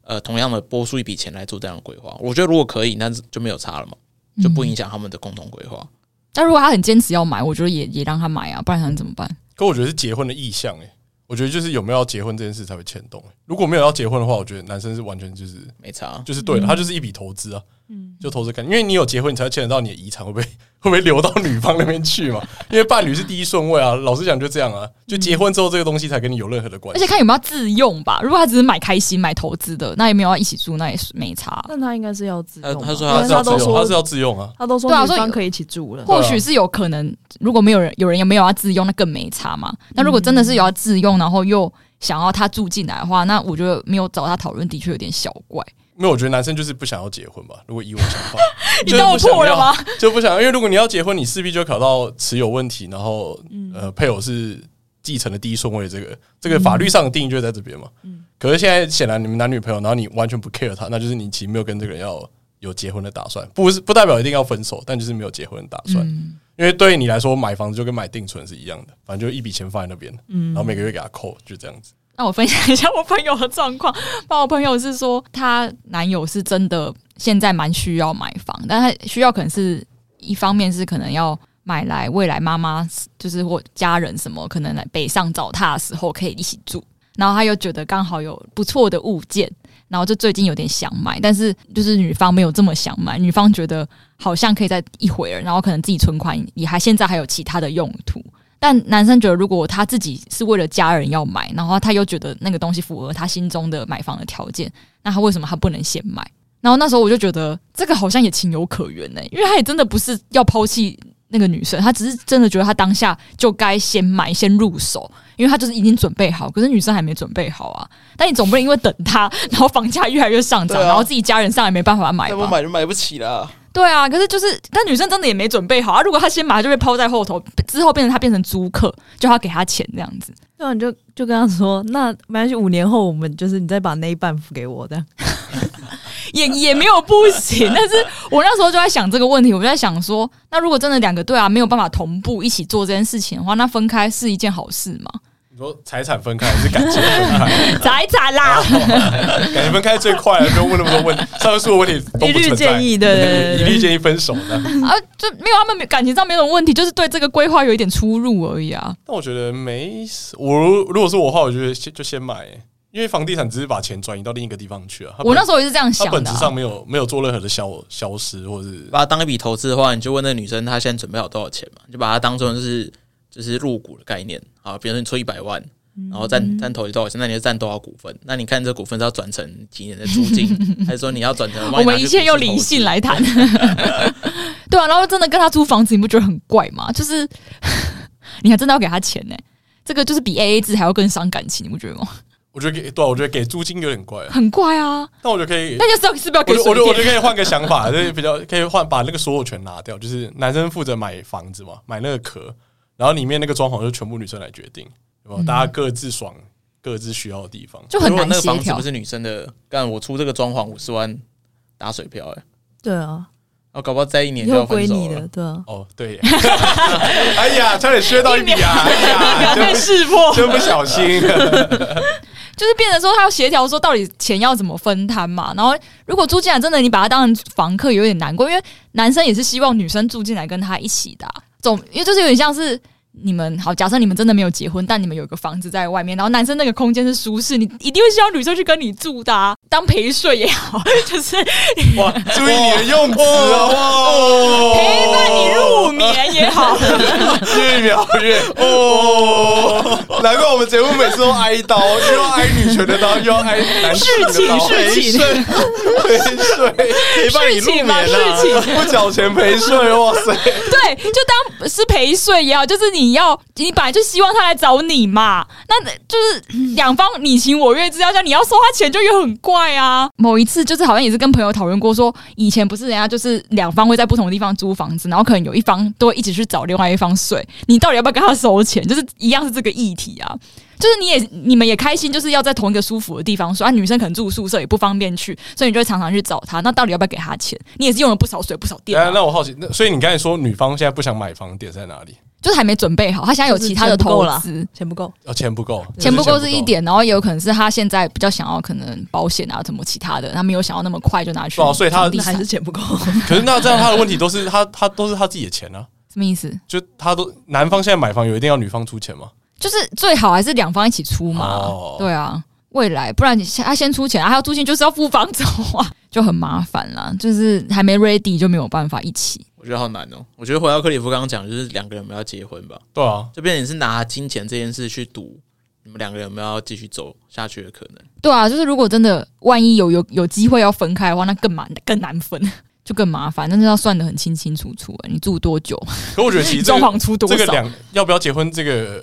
呃，同样的拨出一笔钱来做这样的规划？我觉得如果可以，那就没有差了嘛，嗯就不影响他们的共同规划。但如果他很坚持要买，我觉得也也让他买啊，不然他能怎么办？可我觉得是结婚的意向哎、我觉得就是有没有要结婚这件事才会牵动、欸。如果没有要结婚的话，我觉得男生是完全就是没差，嗯就是对的，他就是一笔投资啊。嗯，就投资感，因为你有结婚，你才牵扯到你的遗产会不会 会不会流到女方那边去嘛？因为伴侣是第一顺位啊。老实讲，就这样啊，就结婚之后这个东西才跟你有任何的关而系且。看有没有自用吧。如果他只是买开心、买投资的，那也没有要一起住，那也是没差。啊但他应该是要自他用吧，他说因为他是要他自都用自用，他是说要自用啊。他都说对啊女所以方可以一起住了，或许是有可能，如果没有人有人也没有要自用，那更没差嘛。那如果真的是有要自用，然后又想要他住进来的话，那我觉得没有找他讨论的确有点小怪。没有，我觉得男生就是不想要结婚吧。如果以我想法 ，你当我就是不想破了吗要？就不想要，因为如果你要结婚，你势必就考到持有问题，然后嗯呃，配偶是继承的第一顺位，这个这个法律上的定义就在这边嘛。嗯可是现在显然你们男女朋友，然后你完全不 care 他，那就是你其实没有跟这个人要有结婚的打算，不是不代表一定要分手，但就是没有结婚的打算。嗯，因为对于你来说，买房子就跟买定存是一样的，反正就一笔钱放在那边，嗯然后每个月给他扣，就这样子。那我分享一下我朋友的状况。帮我朋友是说，她男友是真的现在蛮需要买房，但他需要可能是一方面是可能要买来未来妈妈就是或家人什么，可能来北上找他的时候可以一起住。然后他又觉得刚好有不错的物件，然后就最近有点想买，但是就是女方没有这么想买，女方觉得好像可以再一会儿，然后可能自己存款也还现在还有其他的用途。但男生觉得，如果他自己是为了家人要买，然后他又觉得那个东西符合他心中的买房的条件，那他为什么他不能先买？然后那时候我就觉得这个好像也情有可原呢、因为他也真的不是要抛弃那个女生，他只是真的觉得他当下就该先买先入手，因为他就是已经准备好，可是女生还没准备好啊。但你总不能因为等他，然后房价越来越上涨，对啊然后自己家人上来没办法买要吧？不买就买不起啦。对啊，可是就是，但女生真的也没准备好啊。如果她先买，她就被抛在后头，之后变成她变成租客，就要给她钱这样子。对啊，你就就跟他说，那没关系，五年后我们就是你再把那一半付给我，这样 也也没有不行。但是我那时候就在想这个问题，我就在想说，那如果真的两个对啊没有办法同步一起做这件事情的话，那分开是一件好事吗？你说财产分开还是感情分开？咋一咋啊啦？ 感情分开最快了，不用问那么多问题，上述的问题都一不律存在建。议，对对一对律对对。建议分手的。啊，就没有他们没有感情上没有问题，就是对这个规划有一点出入而已啊。但我觉得没事，我如如果是我的话，我觉得先就先买、因为房地产只是把钱转移到另一个地方去啊。它本我那时候也是这样想它本的质啊、上没有没有做任何的消消失，或者是把它当一笔投资的话，你就问那个女生她现在准备好多少钱嘛，你就把它当成是就是入股的概念啊。比如说你出一百万，然后嗯占占投资多少钱，那你就占多少股份？那你看这股份是要转成几年的租金， 还是说你要转成帮我你拿们去一切用股市投理资性？来谈， 对啊，然后真的跟他租房子，你不觉得很怪吗？就是 你还真的要给他钱呢、这个就是比 A A 制还要更伤感情，你不觉得吗？我觉得给对啊、我觉得给租金有点怪、很怪啊！但我觉得可以那。就是要是不是要我给觉得我水觉得我觉得电？可以换个想法， 就是比较可以换把那个所有权拿掉，就是男生负责买房子嘛，买那个壳，然后里面那个装潢就全部女生来决定，对吧？嗯大家各自爽，各自需要的地方。就很如果难那个协房子调不，是女生的，干我出这个装潢五十万打水漂哎、欸，对啊，然后搞不好再一年以就要后分归手你了的，。对啊，哦，对耶， 哎呀，差点削到一笔啊！ 哎不呀，要真被不识破，真不小心。就是变成说他要协调说到底钱要怎么分摊嘛。然后如果租进来，真的你把他当成房客，有点难过，因为男生也是希望女生住进来跟他一起的啊、总因为就是有点像是。你们好，假设你们真的没有结婚，但你们有一个房子在外面，然后男生那个空间是舒适，你一定会希望女生去跟你住的、啊，当陪睡也好， 就是哇，注意你的用词啊哦，陪伴你入眠 也好。越描越哦，难怪我们节目每次都 挨刀，又要挨女权的刀，又要挨男性的刀，事情事情陪睡陪伴你入眠啊事情嘛事，不缴钱陪睡，哇 塞，对，就当是陪睡也好，就是你要你本来就希望他来找你嘛，那就是两方你情我愿之下，你要收他钱就也很怪啊。某一次就是好像也是跟朋友讨论过说以前不是人家就是两方会在不同的地方租房子，然后可能有一方都会一起去找另外一方睡，你到底要不要跟他收钱？就是一样是这个议题啊。就是你也你们也开心，就是要在同一个舒服的地方睡啊。女生可能住宿舍也不方便去，所以你就会常常去找他。那到底要不要给他钱？你也是用了不少水不少电、哎啊。那我好奇，那所以你刚才说女方现在不想买房的点在哪里？就是还没准备好，他现在有其他的投资，钱不够，哦，钱不够，钱不够是一。点，然后也有可能是他现在比较想要可能保险啊，什么其他的，他没有想要那么快就拿去哦所以他房地那还产是钱不 够。可是那这样他的问题都是他他都是他自己的钱啊，什么意思？就他都男方现在买房有一定要女方出钱吗？就是最好还是两方一起出嘛，哦对啊，未来不然你先他先出钱，啊他要租金就是要付房租啊，就很麻烦啦，就是还没 ready 就没有办法一起。我觉得好难哦。我觉得回到克里夫刚刚讲，就是两个人有没有要结婚吧，对啊，就变成你是拿金钱这件事去赌你们两个人有没有要继续走下去的可能。对啊，就是如果真的万一有有有机会要分开的话，那更麻更难 分，就更麻烦。但是要算的很清清楚楚、欸，你住多久，可我觉得其实这装个潢出多这个少，两要不要结婚这个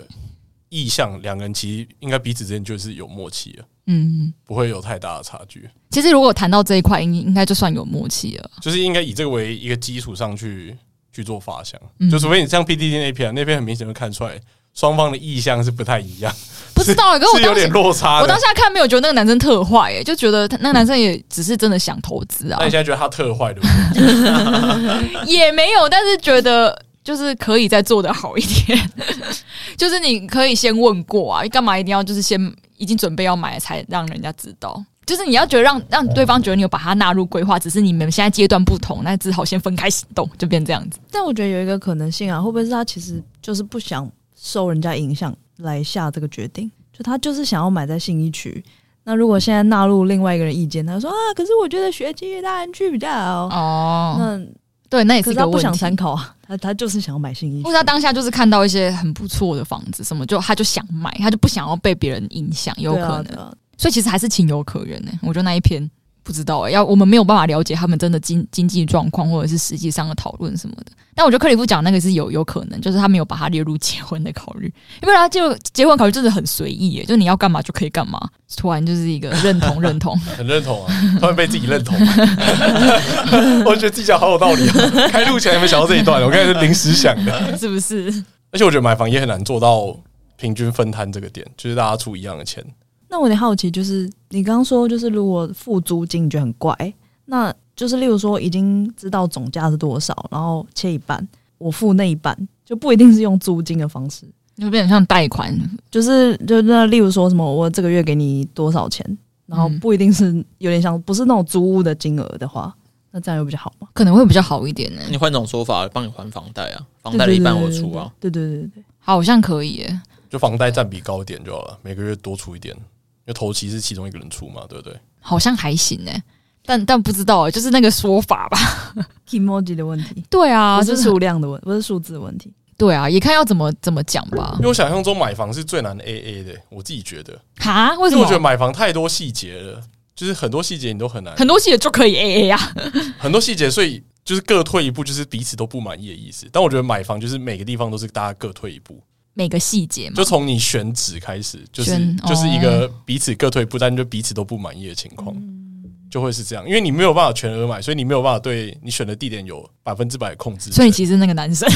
意向，两个人其实应该彼此之间就是有默契了，嗯。不会有太大的差距。其实如果谈到这一块，应应该就算有默契了。就是应该以这个为一个基础上去去做发想，嗯就除非你像 PDD 那篇、啊，那篇很明显就看出来双方的意向是不太一样，不知道、欸，可是我是有当点时落差我当的。下看没有觉得那个男生特坏、欸，就觉得他那个男生也只是真的想投资啊那，你现在觉得他特坏对不对？也没有，但是觉得就是可以再做的好一点， 就是你可以先问过啊，干嘛一定要就是先已经准备要买了才让人家知道？就是你要觉得让让对方觉得你有把它纳入规划，只是你们现在阶段不同，那只好先分开行动，就变这样子。但我觉得有一个可能性啊，会不会是他其实就是不想受人家影响来下这个决定？就他就是想要买在信义区。那如果现在纳入另外一个人意见，他就说啊，可是我觉得学基大安区比较好。哦，那对，那也可是一是他个不问想题参考啊，他他就是想要买信义区或者。他当下就是看到一些很不错的房子，什么就他就想买，他就不想要被别人影响，有对可啊能。对啊所以其实还是情有可原欸呢、我觉得那一篇不知道、欸，要我们没有办法了解他们真的经经济状况或者是实际上的讨论什么的。但我觉得克里夫讲那个是有有可能，就是他没有把它列入结婚的考虑，因为他就结婚考虑真的很随意、欸，就你要干嘛就可以干嘛，突然就是一个认同认同。 很认同啊，突然被自己认同，啊我觉得自己讲好有道理、啊。开录前有没有想到这一段？我刚才是临时想的。是不是？而且我觉得买房也很难做到平均分摊这个点，就是大家出一样的钱。那我有点好奇，就是你刚刚说，就是如果付租金你觉得很怪，那就是例如说已经知道总价是多少，然后切一半，我付那一半，就不一定是用租金的方式，就变成像贷款，就是就那例如说什么，我这个月给你多少钱，然后嗯不一定是有点像，不是那种租屋的金额的话，那这样又比较好嘛？可能会比较好一点呢、欸你换种说法，帮你还房贷啊，房贷的一半我出啊。对对对对对，好像可以、欸。就房贷占比高一点就好了，每个月多出一点，因为头期是其中一个人出嘛，对不对？好像还行哎、但但不知道、欸，就是那个说法吧。 emoji 的问题， 对啊，不就是是数量的问，不是数字的问题。对啊，也看要怎么怎么讲吧因。为我想象中买房是最难 A A 的，我自己觉得， 哈，为因什为么我觉？得买房太多细节了，就是很多细节你都很难，很多戏也就可以 A A 啊。很多细节，所以就是各退一步，就是彼此都不满意的意思。但我觉得买房就是每个地方都是大家各退一步，每个细节嘛就，从你选址开始，就是选哦就是一个彼此各退一步，但就彼此都不满意的情况，就会是这样。因为你没有办法全额买，所以你没有办法对你选的地点有百分之百的控制权。所以你其实那个男 生，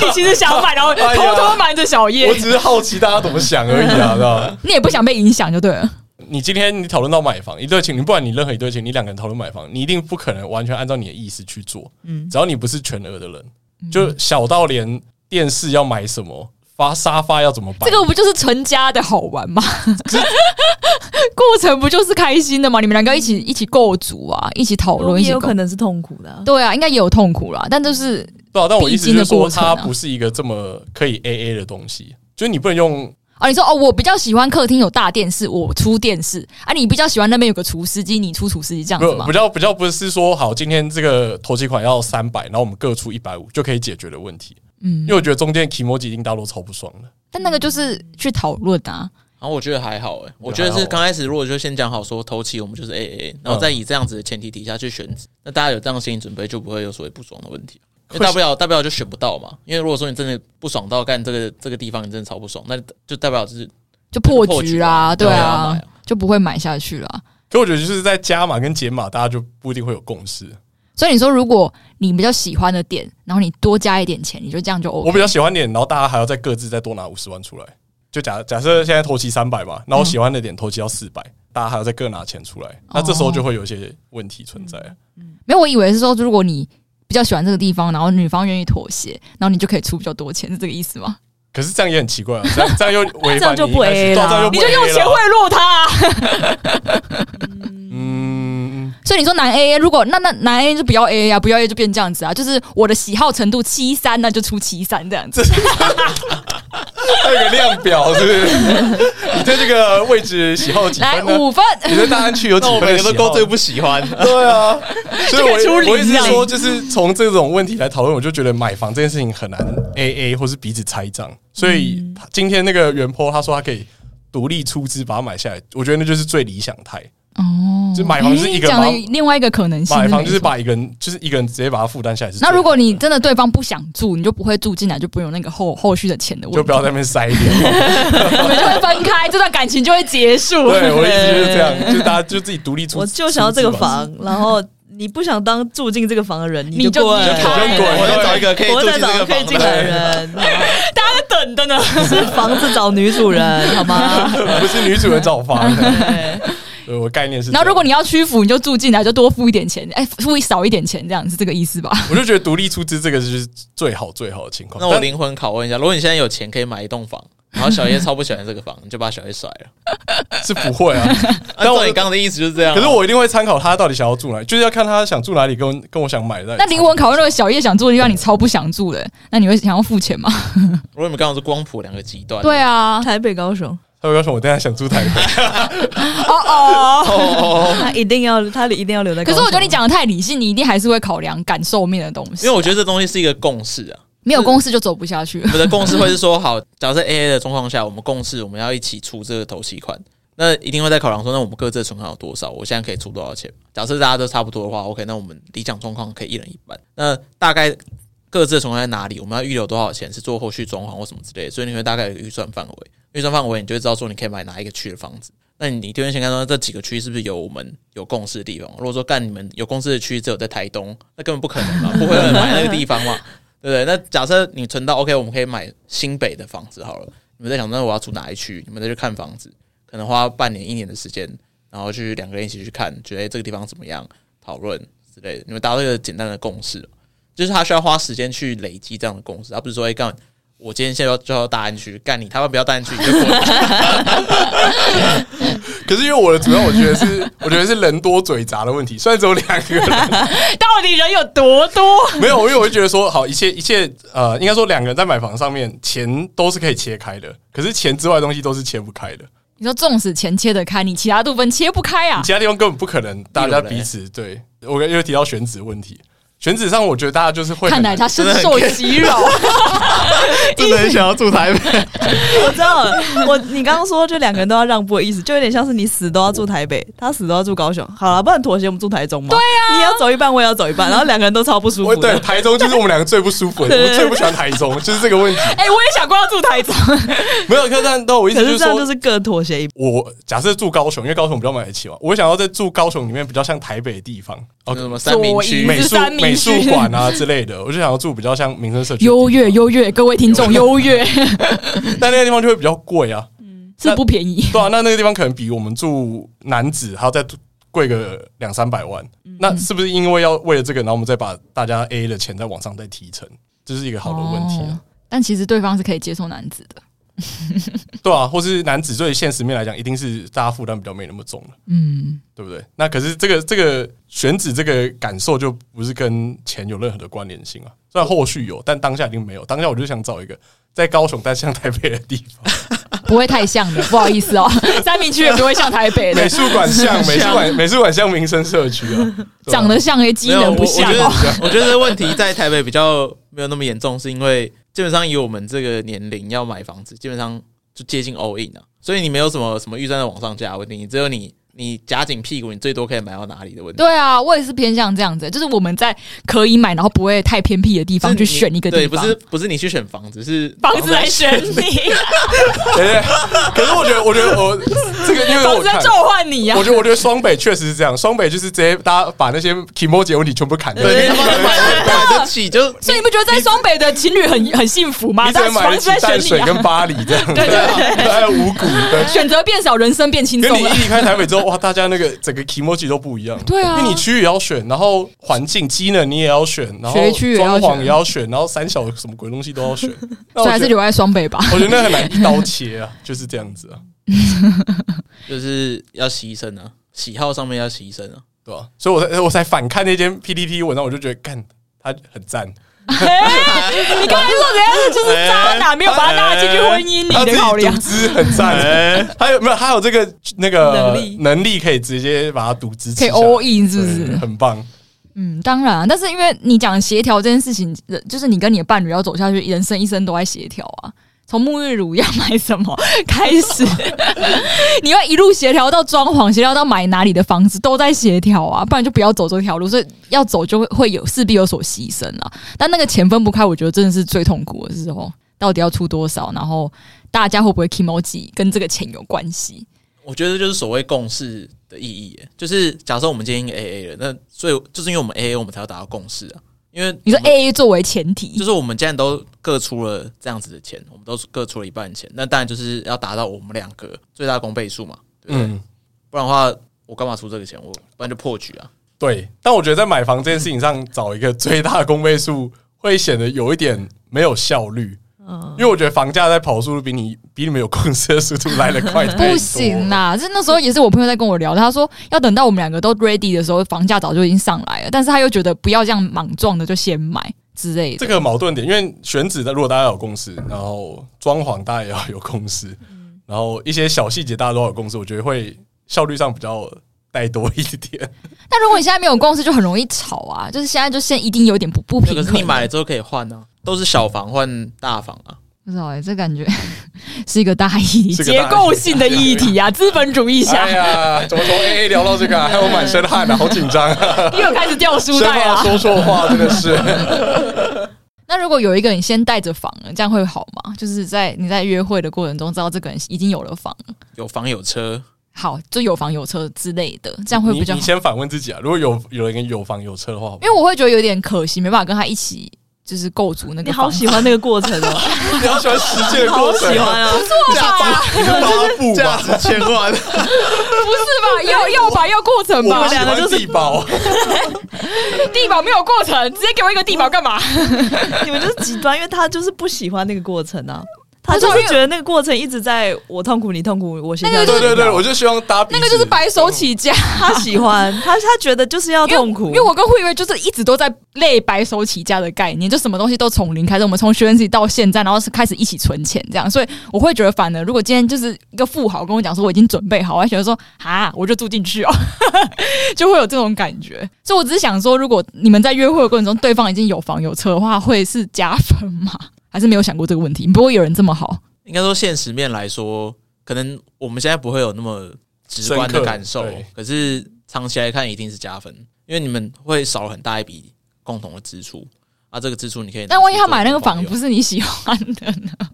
你其实想买，然后哎呀偷偷瞒着小叶我，只是好奇大家怎么想而已啊，知道吗？你也不想被影响就对 了。你今天你讨论到买房一对情侣，不管你任何一对情侣，你两个人讨论买房，你一定不可能完全按照你的意思去做。嗯，只要你不是全额的嗯人，就小到连电视要买什么。发沙发要怎么摆？这个不就是纯家的好玩吗？ 过程不就是开心的吗？你们两个一起一起构筑啊，一起讨论，一也起有构可能是痛苦的啊、对啊，应该也有痛苦啦，但就是对啊，但我意思就是必经的说，过程它啊不是一个这么可以 A A 的东西，就是你不能用啊，你说哦，我比较喜欢客厅有大电视，我出电视啊，你比较喜欢那边有个厨师机，你出厨师机这样子不吗比？较比较不是说好今天这个投期款要三百，然后我们各出一百五就可以解决的问题。嗯因为，我觉得中间 k i m o j i 一定大家都超不爽的。但那个就是去讨论啊，然后我觉得还好哎、我觉觉得得还好是刚开始如果就先讲好说头期我们就是 A A，然后再以这样子的前提底下去选址，那大家有这样的心理准备，就不会有所谓不爽的问题。欸因为大不了大不了就选不到嘛，因为如果说你真的不爽到干这个这个地方，你真的超不爽，那就代表就是就破局啦，对对啊啊，，就不会买下去了。啊可我觉得就是在加码跟减码，大家就不一定会有共识。所以你说，如果你比较喜欢的店，然后你多加一点钱，你就这样就 OK。我比较喜欢点，然后大家还要再各自再多拿五十万出来。就假假设现在投期三百吧，然后我喜欢的点投期要四百，大家还要再各拿钱出来，那这时哦候就会有一些问题存在。没有，我以为是说，如果你比较喜欢这个地方，然后女方愿意妥协，然后你就可以出比较多钱，是这个意思吗？可是这样也很奇怪啊，这样这样又违这反样就你一不开始 AA 对啊这样啦又你不就用 AA 钱啦贿赂他啊、嗯，嗯所以你说男 A A，如果那那男 A 就不要 A A 啊，不要 A 就变这样子啊，就是我的喜好程度七三，那就出七三这样子。还有个量表是不是？你 对这个位置喜好几 来分呢？五分，你对大安区有几那我分每个的喜好都勾最不喜欢， 对啊，所以这个出零我我一直这样说，就是从这种问题来讨论，我就觉得买房这件事情很难 A A 或是彼此拆账。所以今天那个袁坡他说他可以独立出资把它买下来，我觉得那就是最理想态。哦就买房 是一个诶讲把的另外一个可能性，买房就是没错把一个人就是一个人直接把它负担下来是最好那的。如果你真的对方不想住，你就不会住进来，就不用那个后后续的钱的问题，就不要在那边塞脸，我 们就会分开，这段感情就会结 束。对我一直就是这样，就大家就自己独立出，我就想要这个出资吧房，然后你不想当住进这个房的人，你就就滚离开你就滚啊我要找一个可以我住再进这找个可以房进的来的人。 人，大家等的呢。是房子找女主人，好吗？ 不是女主人找 房的。对，对我概念是这样，啊然后如果你要屈服，你就住进来，就多付一点钱，哎，付一少一点钱，这样是这个 意思吧？我就觉得独立出资这个就是最好最好的情况。那我但灵魂拷问一下：如果你现在有钱可以买一栋房，然后小叶超不喜欢这个房，你就把小叶甩了。是不会 啊，但我你刚刚的意思就是这样啊。可是我一定会参考他到底想要住哪里，就是要看他想住哪里，跟我跟我想买的。那灵魂拷问，如果小叶想住的地方你超不想住的，那你会想要付钱吗？ 如果你们刚刚是光谱两个极端，对啊，台北、高雄，他会告诉我，我等一下想住台北， 哦哦。哦，他一定要，他一定要留在。可是我觉得你，讲的太理性，你一定还是会考量感受面的东西，因为我觉得这东西是一个共识啊。没有公司就走不下去了 我。们的共识会是说，好，假设 A A 的状况下，我们共识我们要一起出这个头期款，那一定会在考量说，那我们各自的存款有多少，我现在可以出多少钱。假设大家都差不多的话，OK，那我们理想状况可以一人一半。那大概各自的存款在哪里，我们要预留多少钱是做后续装潢或什么之类的，所以你会大概有一个预算范围，预算范围你就会知道说你可以买哪一个区的房子。那你你就会先看说这几个区是不是有我们有共识的地方？如果说干你们有共识的区只有在台东，那根本不可能嘛，不会有人买那个地方嘛。对不对？那假设你存到 OK，我们可以买新北的房子好了。你们在想，那我要住哪一区？你们再去看房子，可能花半年、一年的时间，然后去两个人一起去看，觉得诶哎这个地方怎么样，讨论之类的。你们达到一个简单的共识，就是他需要花时间去累积这样的共识，而不是说，哎、干，我今天现在要就要大安区，干你他妈不要大安区，你就滚。可是因为我的主要我觉得是，我觉得是人多嘴杂的问题。虽然只有两个人， 到底人有多多？没有，因为我会觉得说，好，一切一切，呃，应该说两个人在买房上面，钱都是可以切开的，可是钱之外的东西都是切不开的。你说纵使钱切得开，你其他部分切不开啊 你其？他地方根本不可能大家例如嘞彼此对我刚又提到选址问题，选址上我觉得大家就是会看很来难他深受其 扰。真的很想要住 台北，我知道了，我你刚刚说就两个人都要让步的意思，就有点像是你死都要住台北，他死都要住高雄。好了，不然妥协，我们住台中嘛。对啊，你要走一半，我也要走一半，然后两个人都超不舒服我的对。台中就是我们两个最不舒服 的，对我最不喜欢台中，就是这个问题。哎、我也想过要住台中，没有，可但但我意可思就是是这样说，就是各妥协一步。我假设住高雄，因为高雄比较买得起嘛，我想要在住高雄里面比较像台北的地方，哦，什么三明区左移美是术三明美术区馆啊之类的，我就想要住比较像民生社区的地方优越，优越，各位听 众优越但那个地方就会比较贵啊，是不便宜。对啊，那那个地方可能比我们住南子还要再贵个两三百万，嗯那是不是因为要为了这个，然后我们再把大家 A 的钱再往上再提成，这是一个好的问题啊哦，但其实对方是可以接受男子的， 对啊，或是男子对现实面来讲，一定是大家负担比较没那么重的。嗯，对不对？那可是这个这个选址这个感受就不是跟钱有任何的关联性啊。虽然后续有，但当下一定没有。当下我就想找一个在高雄但像台北的地方，不会太像的，不好意思哦， 三明区也不会像台北美的，术馆像 美术馆美术馆像民生社区啊，对啊长得像诶，机没有，能我不我像觉得哦。 我觉得这个问题在台北比较没有那么严重，是因为基本上以我们这个年龄要买房子，基本上就接近 all in 啊，所以你没有什么什么预算的往上加的问题，你只有你你夹紧屁股，你最多可以买到哪里的问题。 对啊，我也是偏向这样子，就是我们在可以买，然后不会太偏僻的地就是方你去选一个地对，不方，是不是你去选房子，是房子来选房子你，对对对可是我觉得，我觉得我这个，因为 房我子在看，召唤你呀、啊我觉得我觉得双北确实是这样，双北就是直接大家把那些 k i m o j i 问题全部砍掉， 对，你他妈的买啊买得起就所以你不觉得在双北的情侣很很幸福吗？你只但能是买房得子起在淡选水你、啊，跟巴黎这样，啊对对对对还有五谷对。选择变少，人生变轻跟你松了一。离开台北之后，哇，大家那个整个 emoji 都不一样。 对啊因为你区域也要选，然后环境、机能你也要选，然后学区也要装选潢也要选，然后三小什么鬼东西都要 选。那所我以还觉是得留在双北吧。我觉得那很难一刀切啊，就是这样子啊。就是要牺牲啊，喜好上面要牺牲啊。对吧、所以我才我才反看那篇 PPT 文章，我就觉得干他很 赞，你刚才说怎样是就是渣男，没有把他拉进去婚姻他里自的考己量独。资很赞，还有没有还有这个那个能力能力可以直接把它独资可以吃下 all in E，是不对是？很棒，嗯，当然啊，但是因为你讲协调这件事情，呃就是你跟你的伴侣要走下去，人生一生都在协调啊。从沐浴乳要买什么开始， 你要一路协调到装潢，协调到买哪里的房子，都在协调啊，不然就不要走这条路。所以要走就会会有势必有所牺牲啦。但那个钱分不开，我觉得真的是最痛苦的时候。到底要出多少？然后大家会不会 k i m o j i 跟这个钱有关系？我觉得就是所谓共识的意义耶，就是假设我们今天 A A 了，那所以就是因为我们 A A，我们才要达到共识啊。因为你说我们 A A 作为前提，就是我们既然都各出了这样子的钱，我们都各出了一半钱，那当然就是要达到我们两个最大公倍数嘛，对不对？嗯。不然的话，我干嘛出这个钱？我不然就破局啊。对，但我觉得在买房这件事情上找一个最大公倍数，会显得有一点没有效率。嗯因为我觉得房价在跑速度比你比你们有公司的速度来得快太多了不行，啊啦！是那时候也是我朋友在跟我聊，他说要等到我们两个都 ready 的时候，房价早就已经上来了，但是他又觉得不要这样莽撞的就先买之类这的。个矛盾点，因为选址的如果大家有共识，然后装潢大家也要有共识，嗯然后一些小细节大家都要有共识，我觉得会效率上比较带多一 点。那如果你现在没有共识，就很容易吵啊！就是现在就先一定有点不不那平可是衡。你买了之后可以换啊，都是小房换大房啊。不知道哎、这感觉是一个大议题，是个大结议题构性的议题啊，资本主义下哎呀，怎么从 A A 聊到这个、啊，害我满身汗啊，好紧张啊，又开始掉书生袋怕啊。说错话，真的是。 那如果有一个人先带着房了，这样会好吗？就是在你在约会的过程中，知道这个人已经有了房了，有房有车，好就有房有车之类的，这 样会你比较你好。先反问自己啊，如果有有人跟你有房有车的话，因为我会觉得有点可惜，没办法跟他一起就是构筑那个你好房喜欢那个过程 哦，你好喜欢实践的好过程，喜欢啊！你啊是八步吧？值千万。是 吧？要要吧，要过程我吧们。两个地保，地保没有过程，直接给我一个地保干嘛？ 你们就是极端，因为他就是不喜欢那个过程 啊，他就不是是因为觉得那个过程一直在我痛苦你痛苦我协调那你个就协调，对对对，我就希望搭那个就是白手起家，他喜 欢他他觉得就是要因为痛苦，因为我跟慧慧就是一直都在累白手起家的概念，就什么东西都从零开始。我们从学生时期到现在，然后是开始一起存钱这样，所以我会觉得，反而如果今天就是一个富豪跟我讲说我已经准备好，我还觉得说啊，我就住进去哦， 就会有这种感觉。所以我只是想说，如果你们在约会的过程中，对方已经有房有车的话，会是加分吗？还是没有想过这个问题？不会有人这么好。应该说现实面来说，可能我们现在不会有那么直观的感受深刻对，可是长期来看一定是加分，因为你们会少了很大一笔共同的支出啊。这个支出你可以拿去做但朋友，万一他买那个房不是你喜欢的呢？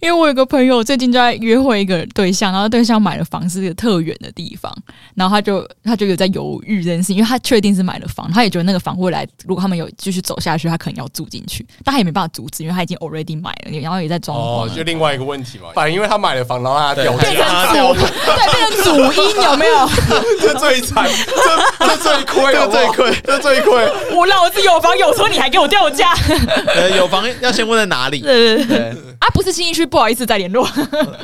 因为我有个朋友最近就在约会一个对象，然后对象买了房是一个特远的地方，然后他就他就有在犹豫这件事，因为他确定是买了房，他也觉得那个房未来如果他们有继续走下去，他可能要住进去，但他也没办法阻止，因为他已经 already 买了，然后也在装潢哦，，就另外一个问题嘛，反正因为他买了房，然后他掉价对，对，变成主因有没 有？这最惨，这这最亏，这最亏，这最亏。我老子有房有车，你还给我掉价呃有房要先问在哪里，对对对，对，啊？不是新一区，不好意思，再联络。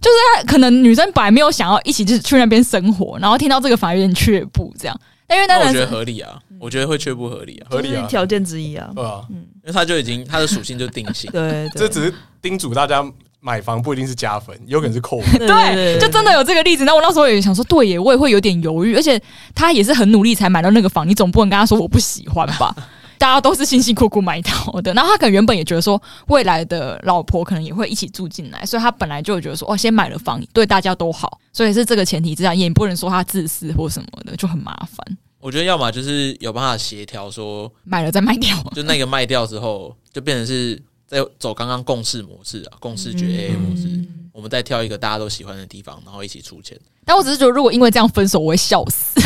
就是他可能女生本来没有想要一起就是去那边生活，然后听到这个反而有点却步这样。但因为那那我男觉得生合理嗯啊，我觉得会缺不合理啊，合这理是啊，条件之一啊，，对啊，因为他就已经他的属性就定性对，对这只是叮嘱大家买房不一定是加分，有可能是扣分。对对，就真的有这个例子。那我那时候也想说，对耶，我也会有点犹豫，而且他也是很努力才买到那个房，你总不能跟他说我不喜欢吧？ 大家都是辛辛苦苦买到的，然后他可能原本也觉得说未来的老婆可能也会一起住进来，所以他本来就有觉得说哦，先买了房对大家都好，所以是这个前提之下，也不能说他自私或什么的，就很麻烦。我觉得要么就是有办法协调说，买了再卖掉，就那个卖掉之后，就变成是在走刚刚共识模式啊，共识决嗯 AA 模式，我们再挑一个大家都喜欢的地方，然后一起出钱。但我只是觉得，如果因为这样分手，我会笑死。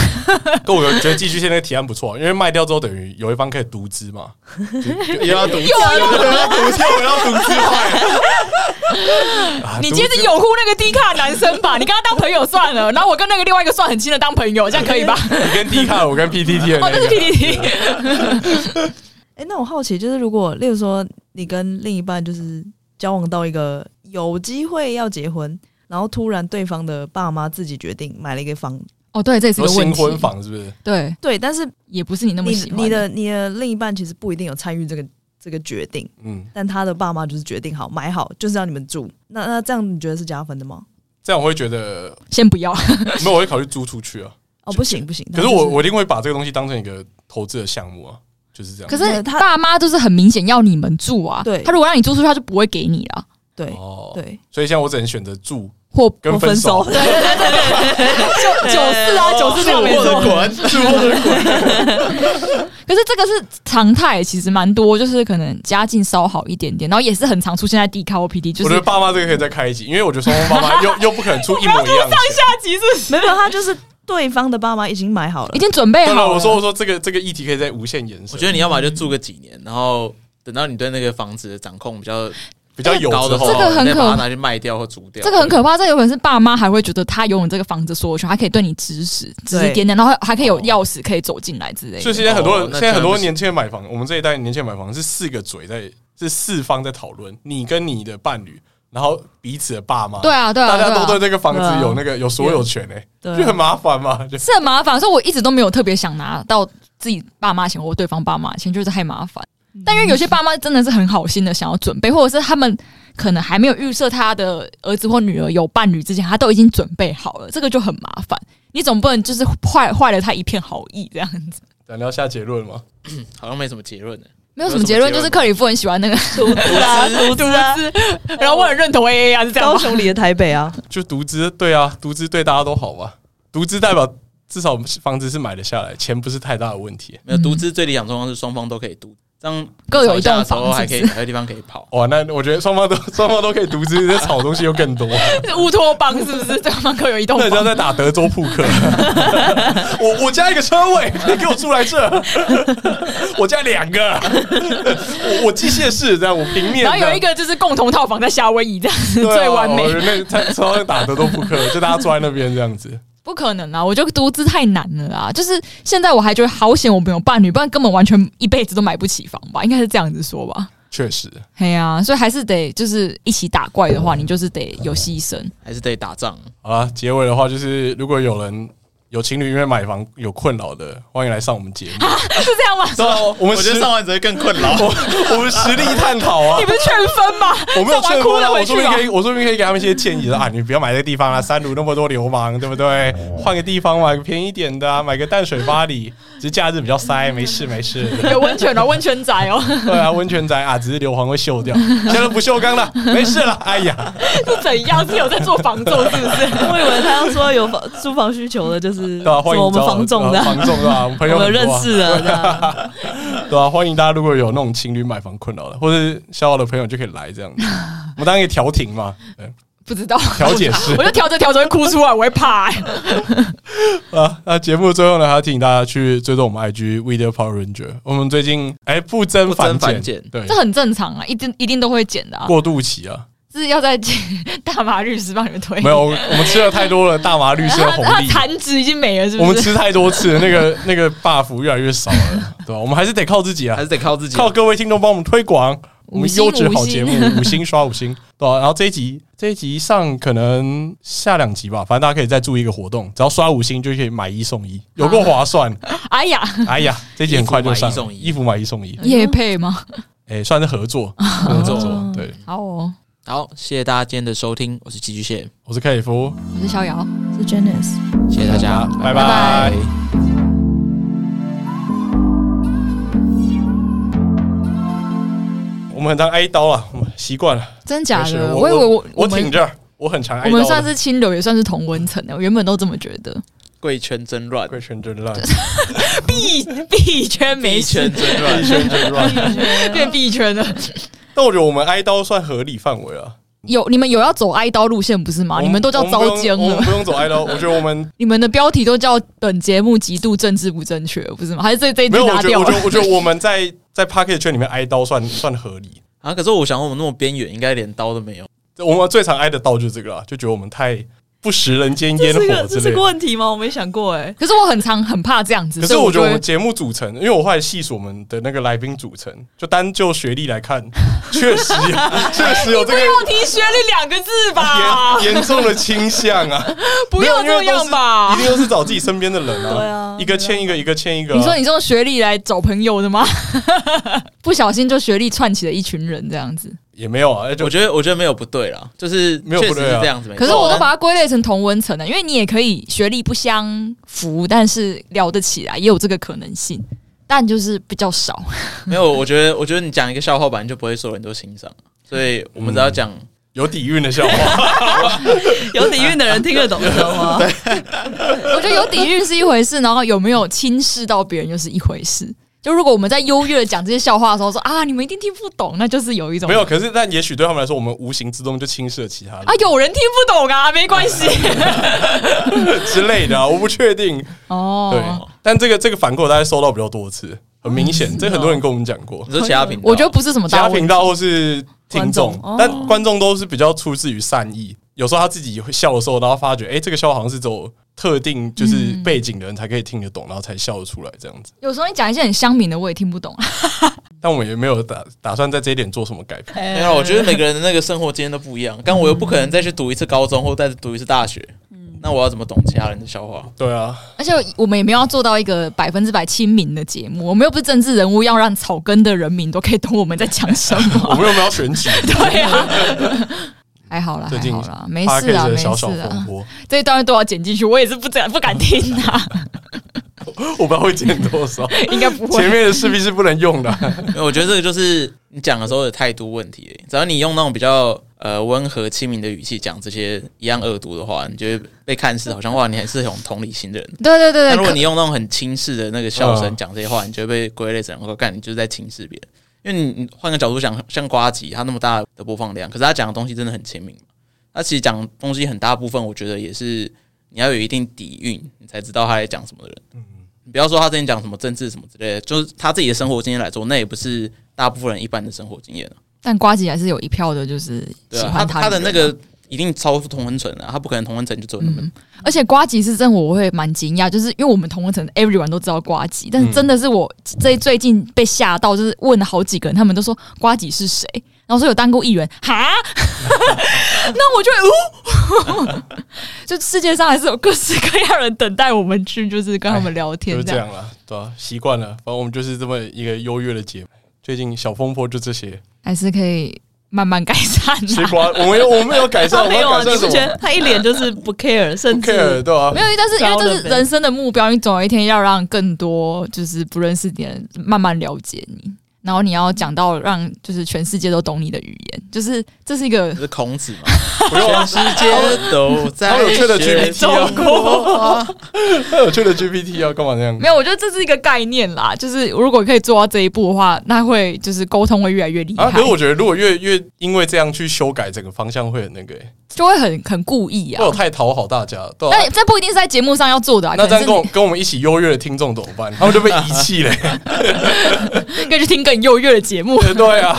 但我觉得寄居蟹那个提案不错，因为卖掉之后等于有一方可以独资嘛，又要赌，又要独资，我要独资派。啊你独接着有护那个低卡男生吧，你跟他当朋友算了，然后我跟那个另外一个算很亲的当朋友，这样可以吧？你跟 D 卡，我跟 PTT 的哦，那那是个， PPT，哎，那我好奇就是，如果例如说你跟另一半就是交往到一个有机会要结婚，然后突然对方的爸妈自己决定买了一个房哦，对，这也是说个问新题。婚房是不是？对，对，但是也不是你那么你喜欢你的你的另一半其实不一定有参与这个这个决定，嗯，但他的爸妈就是决定好买好，就是要你们住。那那这样你觉得是加分的吗？这样我会觉得先不要，没有，我会考虑租出去啊。哦，不行不行，可是他就我我一定会把这个东西当成一个投资的项目啊，就是这样。可对是他爸妈就是很明显要你们住啊。对他如果让你租出去，他就不会给你了。对哦，对所以现在我只能选择住或跟我分手手，，对九九四啊，九四这样没我错的。滚，是我的滚。可是这个是常态，其实蛮多，就是可能家境稍好一点点，然后也是很常出现在 D 卡或 PD，就我是觉得爸妈这个可以再开一集，因为我觉得双方爸妈 又又不可能出一模一样的钱。下集是没有没有，他就是对方的爸妈已经买好了已，经准备对了，啊好我说我说这个这个议题可以再无限延伸，我觉得你要么就住个几年，然后等到你对那个房子的掌控比较比较有高之的话，后这个很你再把可它拿去卖掉或租掉。这个很可怕，这有可能是爸妈还会觉得他拥有这个房子所有权，还可以对你指使指指点点，然后还可以有钥匙可以走进来之类所的。以现在很多人，哦那现在很真的多不行年轻人买房，我们这一代年轻人买房是四个嘴在，是四方在讨论，你跟你的伴侣，然后彼此的爸妈，对啊，对大啊，对家都对啊，这个房对啊子有那个有所有权哎、对就很麻烦嘛。就是很麻烦，所以我一直都没有特别想拿到自己爸妈钱或对方爸妈钱，就是太麻烦。但因为有些爸妈真的是很好心的想要准备，或者是他们可能还没有预设他的儿子或女儿有伴侣之前，他都已经准备好了，这个就很麻烦。你总不能就是坏坏了他一片好意这样子。咱要下结论吗？好像没什么结论呢。没有什么结论，就是克里夫很喜欢 那个独资啊，独资啊，然后我很认同 A A 啊，是这样 高吗？雄里的台北 啊，就独资，对啊，独资对大家都好吧？独资代表至少房子是买得下来，钱不是太大的问题。嗯没有独资最理想状况是双方都可以独，这样各有一吵架栋的时候房，还是可以不还有地方可以跑。哇，那我觉得双方都双方都可以独资，这炒东西又更多。是？乌托邦是不是？对方各有一栋那人家房。在打德州扑克，我我加一个车位，你给我出来这，我加两个，我我机械式这样，我平面然的，后有一个就是共同套房在夏威夷，这样子对啊最完美我。觉得那在超像打德州扑克，就大家坐在那边这样子，不可能啊！我觉得独资太难了啊！就是现在我还觉得好险，我没有伴侣，不然根本完全一辈子都买不起房吧？应该是这样子说吧？确实，嘿呀、所以还是得就是一起打怪的话，你就是得有牺牲。还是得打 仗。好啦，结尾的话就是，如果有人有情侣因为买房有困扰的，欢迎来上我们节目。是这样吗？对啊我我们觉实得上完只会更困扰。 我我们实力探讨啊 你，不是劝分吗？我没有这劝完过哭他，了我说回去不定啊可！以，我说不定可以给他们一些建议说啊，你不要买这个地方啦，三鲁那么多流氓，对不对？换个地方啊买个便宜一点的、啊，买个淡水巴黎，只是假日比较塞，没事没事。 有温泉哦，温泉宅哦，对啊，温泉宅啊，只是硫磺会锈掉，现在都不锈钢了，没事了。哎呀，是怎样？是有在做房仲是不是？我以为他要说有房租房需求的，就是对啊，欢迎我们找房仲的对啊啊，房仲对吧、我们朋友我们很多啊认识的这样。对啊，欢迎大家如果有那种情侣买房困扰的，或者小小的朋友就可以来这样 子，我们当然可以调停嘛，对不知道，调解室 我就调着调着会哭出来，我会怕、欸。啊，那节目最后呢，还要提醒大家去追踪我们 IG Video Power Ranger。我们最近哎不增不增反反减减，对这，很正常啊，一定一定都会减的啊，过渡期啊，是要在 大麻律师帮你们推。没有，我们吃了太多了大麻绿色他红他利，残值已经没了，是我不们是？吃太多次了，那个那个 buff 越来越少了，对吧、我们还是得靠自己啊还，是得靠自己。靠各位听众帮我们推广我五们星优质好节目五，星五星刷五星，对啊吧、然后这一集这一集上可能下两集吧，反正大家可以再注意一个活动，只要刷五星就可以买一送一，有够划算。 哎呀，哎呀，这一集很快就上衣服买一送一衣服买一送一，叶配吗？哎、算是合作，啊合作。对，好哦，好，谢谢大家今天的收听，我是寄居蟹，我是克里夫，我是逍遥。是 Janice。谢谢大家，拜拜拜拜我们很常挨刀啊，我们习惯了。真假没事的？我以为我我我挺们着，我很常挨我刀的。们算是清流，也算是同温层欸的，我原本都这么觉 得。贵圈真乱，贵圈真乱，币币圈没币事圈，真乱贵。圈真乱。 变币圈了。 但我觉得我们挨刀算合理范围了。有你们有要走哀刀路线不是啊吗？我你们们都叫我遭们不奸用我了们。不用走挨刀。我觉得我们你们的标题都叫“本节目极度政治不正确”，不是吗？还是这这一没句有，我觉拿得掉我觉得了？我觉得我们在在 p a r k e t 圈里面挨刀算算合理。 啊，可是我想我们那么边缘，应该连刀都没有。我们最常挨的刀就是这个啦，就觉得我们太不食人间 这烟是个火这之是类个的。问题吗？我没想过 哎、可是我很常很怕这样子，可是所以我觉得我啊们就会节目组成，因为我后来细数我们的那个来宾组成，就单就学历来看，确实有确实有这个不提学历两个字 吧，严严重的倾向啊。不没有要因为这都样是一吧。定都是找自己身边的人啊。对啊一个签一个，一个签一个啊。你说你这种学历来找朋友的 吗？不小心就学历串起了一群人这样子，也没有啊？哎就我觉得我觉得没有不对啦，就是没有确不实对啊是这样子。没可是错我都把但它归类成同温层的，因为你也可以学历不相符，但是聊得起来，也有这个可能性，但就是比较 少。没有，我觉得我觉得你讲一个笑话，本来就不会所有人都欣赏，所以我们只要讲嗯有底蕴的笑话， 有底蕴的人听得懂，知道吗？我觉得有底蕴是一回事，然后有没有轻视到别人又是一回事。就如果我们在优越的讲这些笑话的时候说啊，你们一定听不懂，那就是有一种没有。可是，但也许对他们来说，我们无形之中就轻视了其他人啊， 有人听不懂啊，没关 系 之类的啊。我不确定，对哦。。但这个这个反馈，大家收到比较多次，很明嗯显，这很多人跟我们讲过哦你，说其他频道，我觉得不是什 么其大他问频题。道或是听众观众哦，但观众都是比较出自于善意。有时候他自己会笑的时候，然后发觉，哎，这个笑话好像是只有特定就是嗯背景的人才可以听得懂，然后才笑得出来这样子。有时候你讲一些很乡民的，我也听不懂。 但我们也没有打打算在这一点做什么改变。 没啊有啦，我觉得每个人的那个生活经验都不一样，但我又不可能再去读一次高中或再读一次大学，那我要怎么懂其他人的笑话？对啊，而且我们也没有要做到一个百分之百亲民的节目，我们又不是政治人物，要让草根的人民都可以懂我们在 讲什我么。们有没有要选 举？ 对啊，还好啦，最近还好啦，没事啊， Podcast 没的小小事风啊。波， 这一段都要剪进去，我也是不敢不敢听啊，我不知道会减多少。 应该不会。前面的势必是不能用 的，没有我觉得这个就是你讲的时候的态度问题、只要你用那种比较呃温和亲民的语气讲这些一样恶毒的话，你就会被看似好像哇你还是很有同理心的人。对对对但如对，果可你用那种很轻视的那个笑声嗯讲这些话，你就会被归类成我干你就是在轻视别人。因为你你换个角度想，像瓜吉他那么大的播放量，可是他讲的东西真的很亲民。他其实讲的东西很大部分，我觉得也是你要有一定底蕴，你才知道他在讲什么的人。你不要说他之前讲什么政治什么之类的，就是他自己的生活经验来说，那也不是大部分人一般的生活经验啊。但瓜吉还是有一票的，就是对喜啊，欢他他的人那个一定超出同温层啊，他不可能同温层就只有那么嗯，而且瓜吉是真的，我会蛮惊讶，就是因为我们同温层 everyone 都知道瓜吉，嗯但是真的是我最最近被吓到，就是问了好几个人，他们都说瓜吉是谁，然后说有当过议员，哈， 那我就会哦， 就世界上还是有各式各样人等待我们去，就是跟他们聊就天是这这样。样了，对啊，习惯了，反正我们就是这么一个优越的节目。最近小风波就这 些，还是可以慢慢改善、吃啊。瓜，我们有我们有改善， 哦他我们没有有啊，改你善不什觉么得他一脸就是不 care，甚不？care 至对啊没，有，但是因为这是人生的目标，你总有一天要让更多就是不认识你的人慢慢了解你，然后你要讲到让就是全世界都懂你的语言，就是这是一个这是孔子嘛？不用 啊全世界都好在有趣的学 GPT 啊， 好有趣的 GPT 要啊干嘛这样？没有，我觉得这是一个概念啦，就是如果可以做到这一步的话，那会就是沟通会越来越厉害，啊，可是我觉得如果越越因为这样去修改整个方向会很那个、欸，就会很很故意会啊有。太讨好大家，对啊但。这不一定是在节目上要做的、啊，那哎可这样能是跟我跟我们一起优越的听众怎么办？他们就被遗弃了欸、你可以去听更优越的节 目。对啊，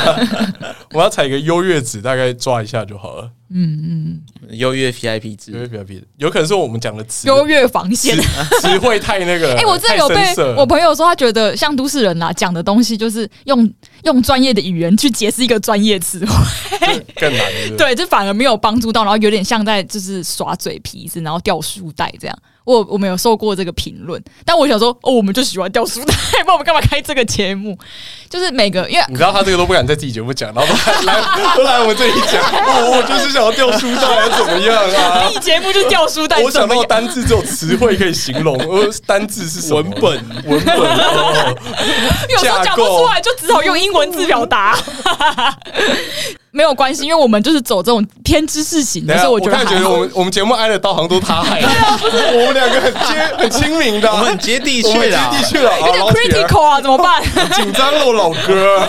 我要采一个优越值，大概抓一下就好了。嗯嗯，优越 VIP 制优越比较比，有可能是我们讲的词优越防线词。词汇太那个了。 哎、我真的有被太深涩了我朋友说，他觉得像都市人啦、讲的东西，就是用用专业的语言去解释一个专业词汇，更难了是不是，对，这反而没有帮助到，然后有点像在就是耍嘴皮子，然后掉书袋这样。我我没有受过这个评论，但我想说，哦，我们就喜欢掉书袋， 不然我们干嘛开这个节目？就是每个因为你知道他这个都不敢在自己节目讲，然后都来来都 来我们这里讲，哦我我就是想要掉书袋，还是怎么样 啊？一节目就是掉书袋，我想怎么到样单字只有词汇可以形 容，呃，单字是什么文本文本哦，有时候讲不出来，就只好用英文字表达。 没有关系，因为我们就是走这种偏知识型的，等一下所以我我觉得突然觉还得我好。们我们节目挨的刀好像都是他害的，我们两个很接很亲民的啊，我们很接地我们气啦，接地气了，有点啊 critical 啊，怎么办？紧张了，老老哥，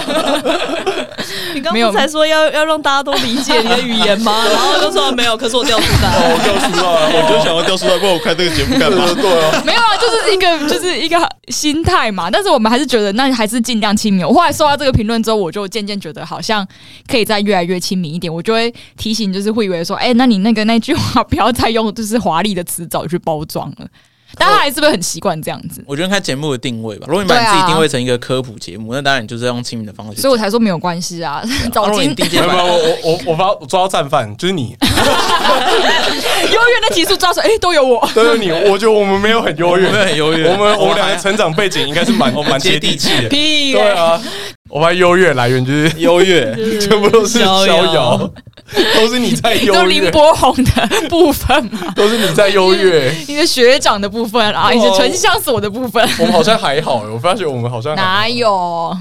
你刚没有不才说要要让大家都理解你的语言 吗？然后就说没有，可是我掉书袋。哦我掉书到了，我就想要掉书袋，不然我看这个节目干嘛？对啊，没有啊，就是一个就是一个心态嘛。但是我们还是觉得，那还是尽量亲民。我后来收到这个评论之后，我就渐渐觉得好像可以再越来越亲民一点。我就会提醒，就是会以为说，哎、那你那个那句话不要再用就是华丽的词藻去包装 了。大家还哎是不是很习惯这样子？我觉得看节目的定位吧。如果你把你自对啊己定位成一个科普节目，那当然你就是要用亲民的方式去所讲。以 我才说没有关系啊。啊早如果经你定没界有 没有，版，我我我把我抓到战犯就是 你，永远的提速抓手，哎、都有我。都是你，我觉得我们没有很优我越们，很优越，我们我们两还个成长背景应该是 蛮蛮接地气的，屁嘞、对啊，我发现优越来源就是优越， 全部都是逍逍遥遥，都是你在就优林越，柏宏的部分 嘛，都是你在优 越。你的学长的部分啊，以及哦纯相所的部分，欸啊我们好像还好，我发觉我们好像还好哪有？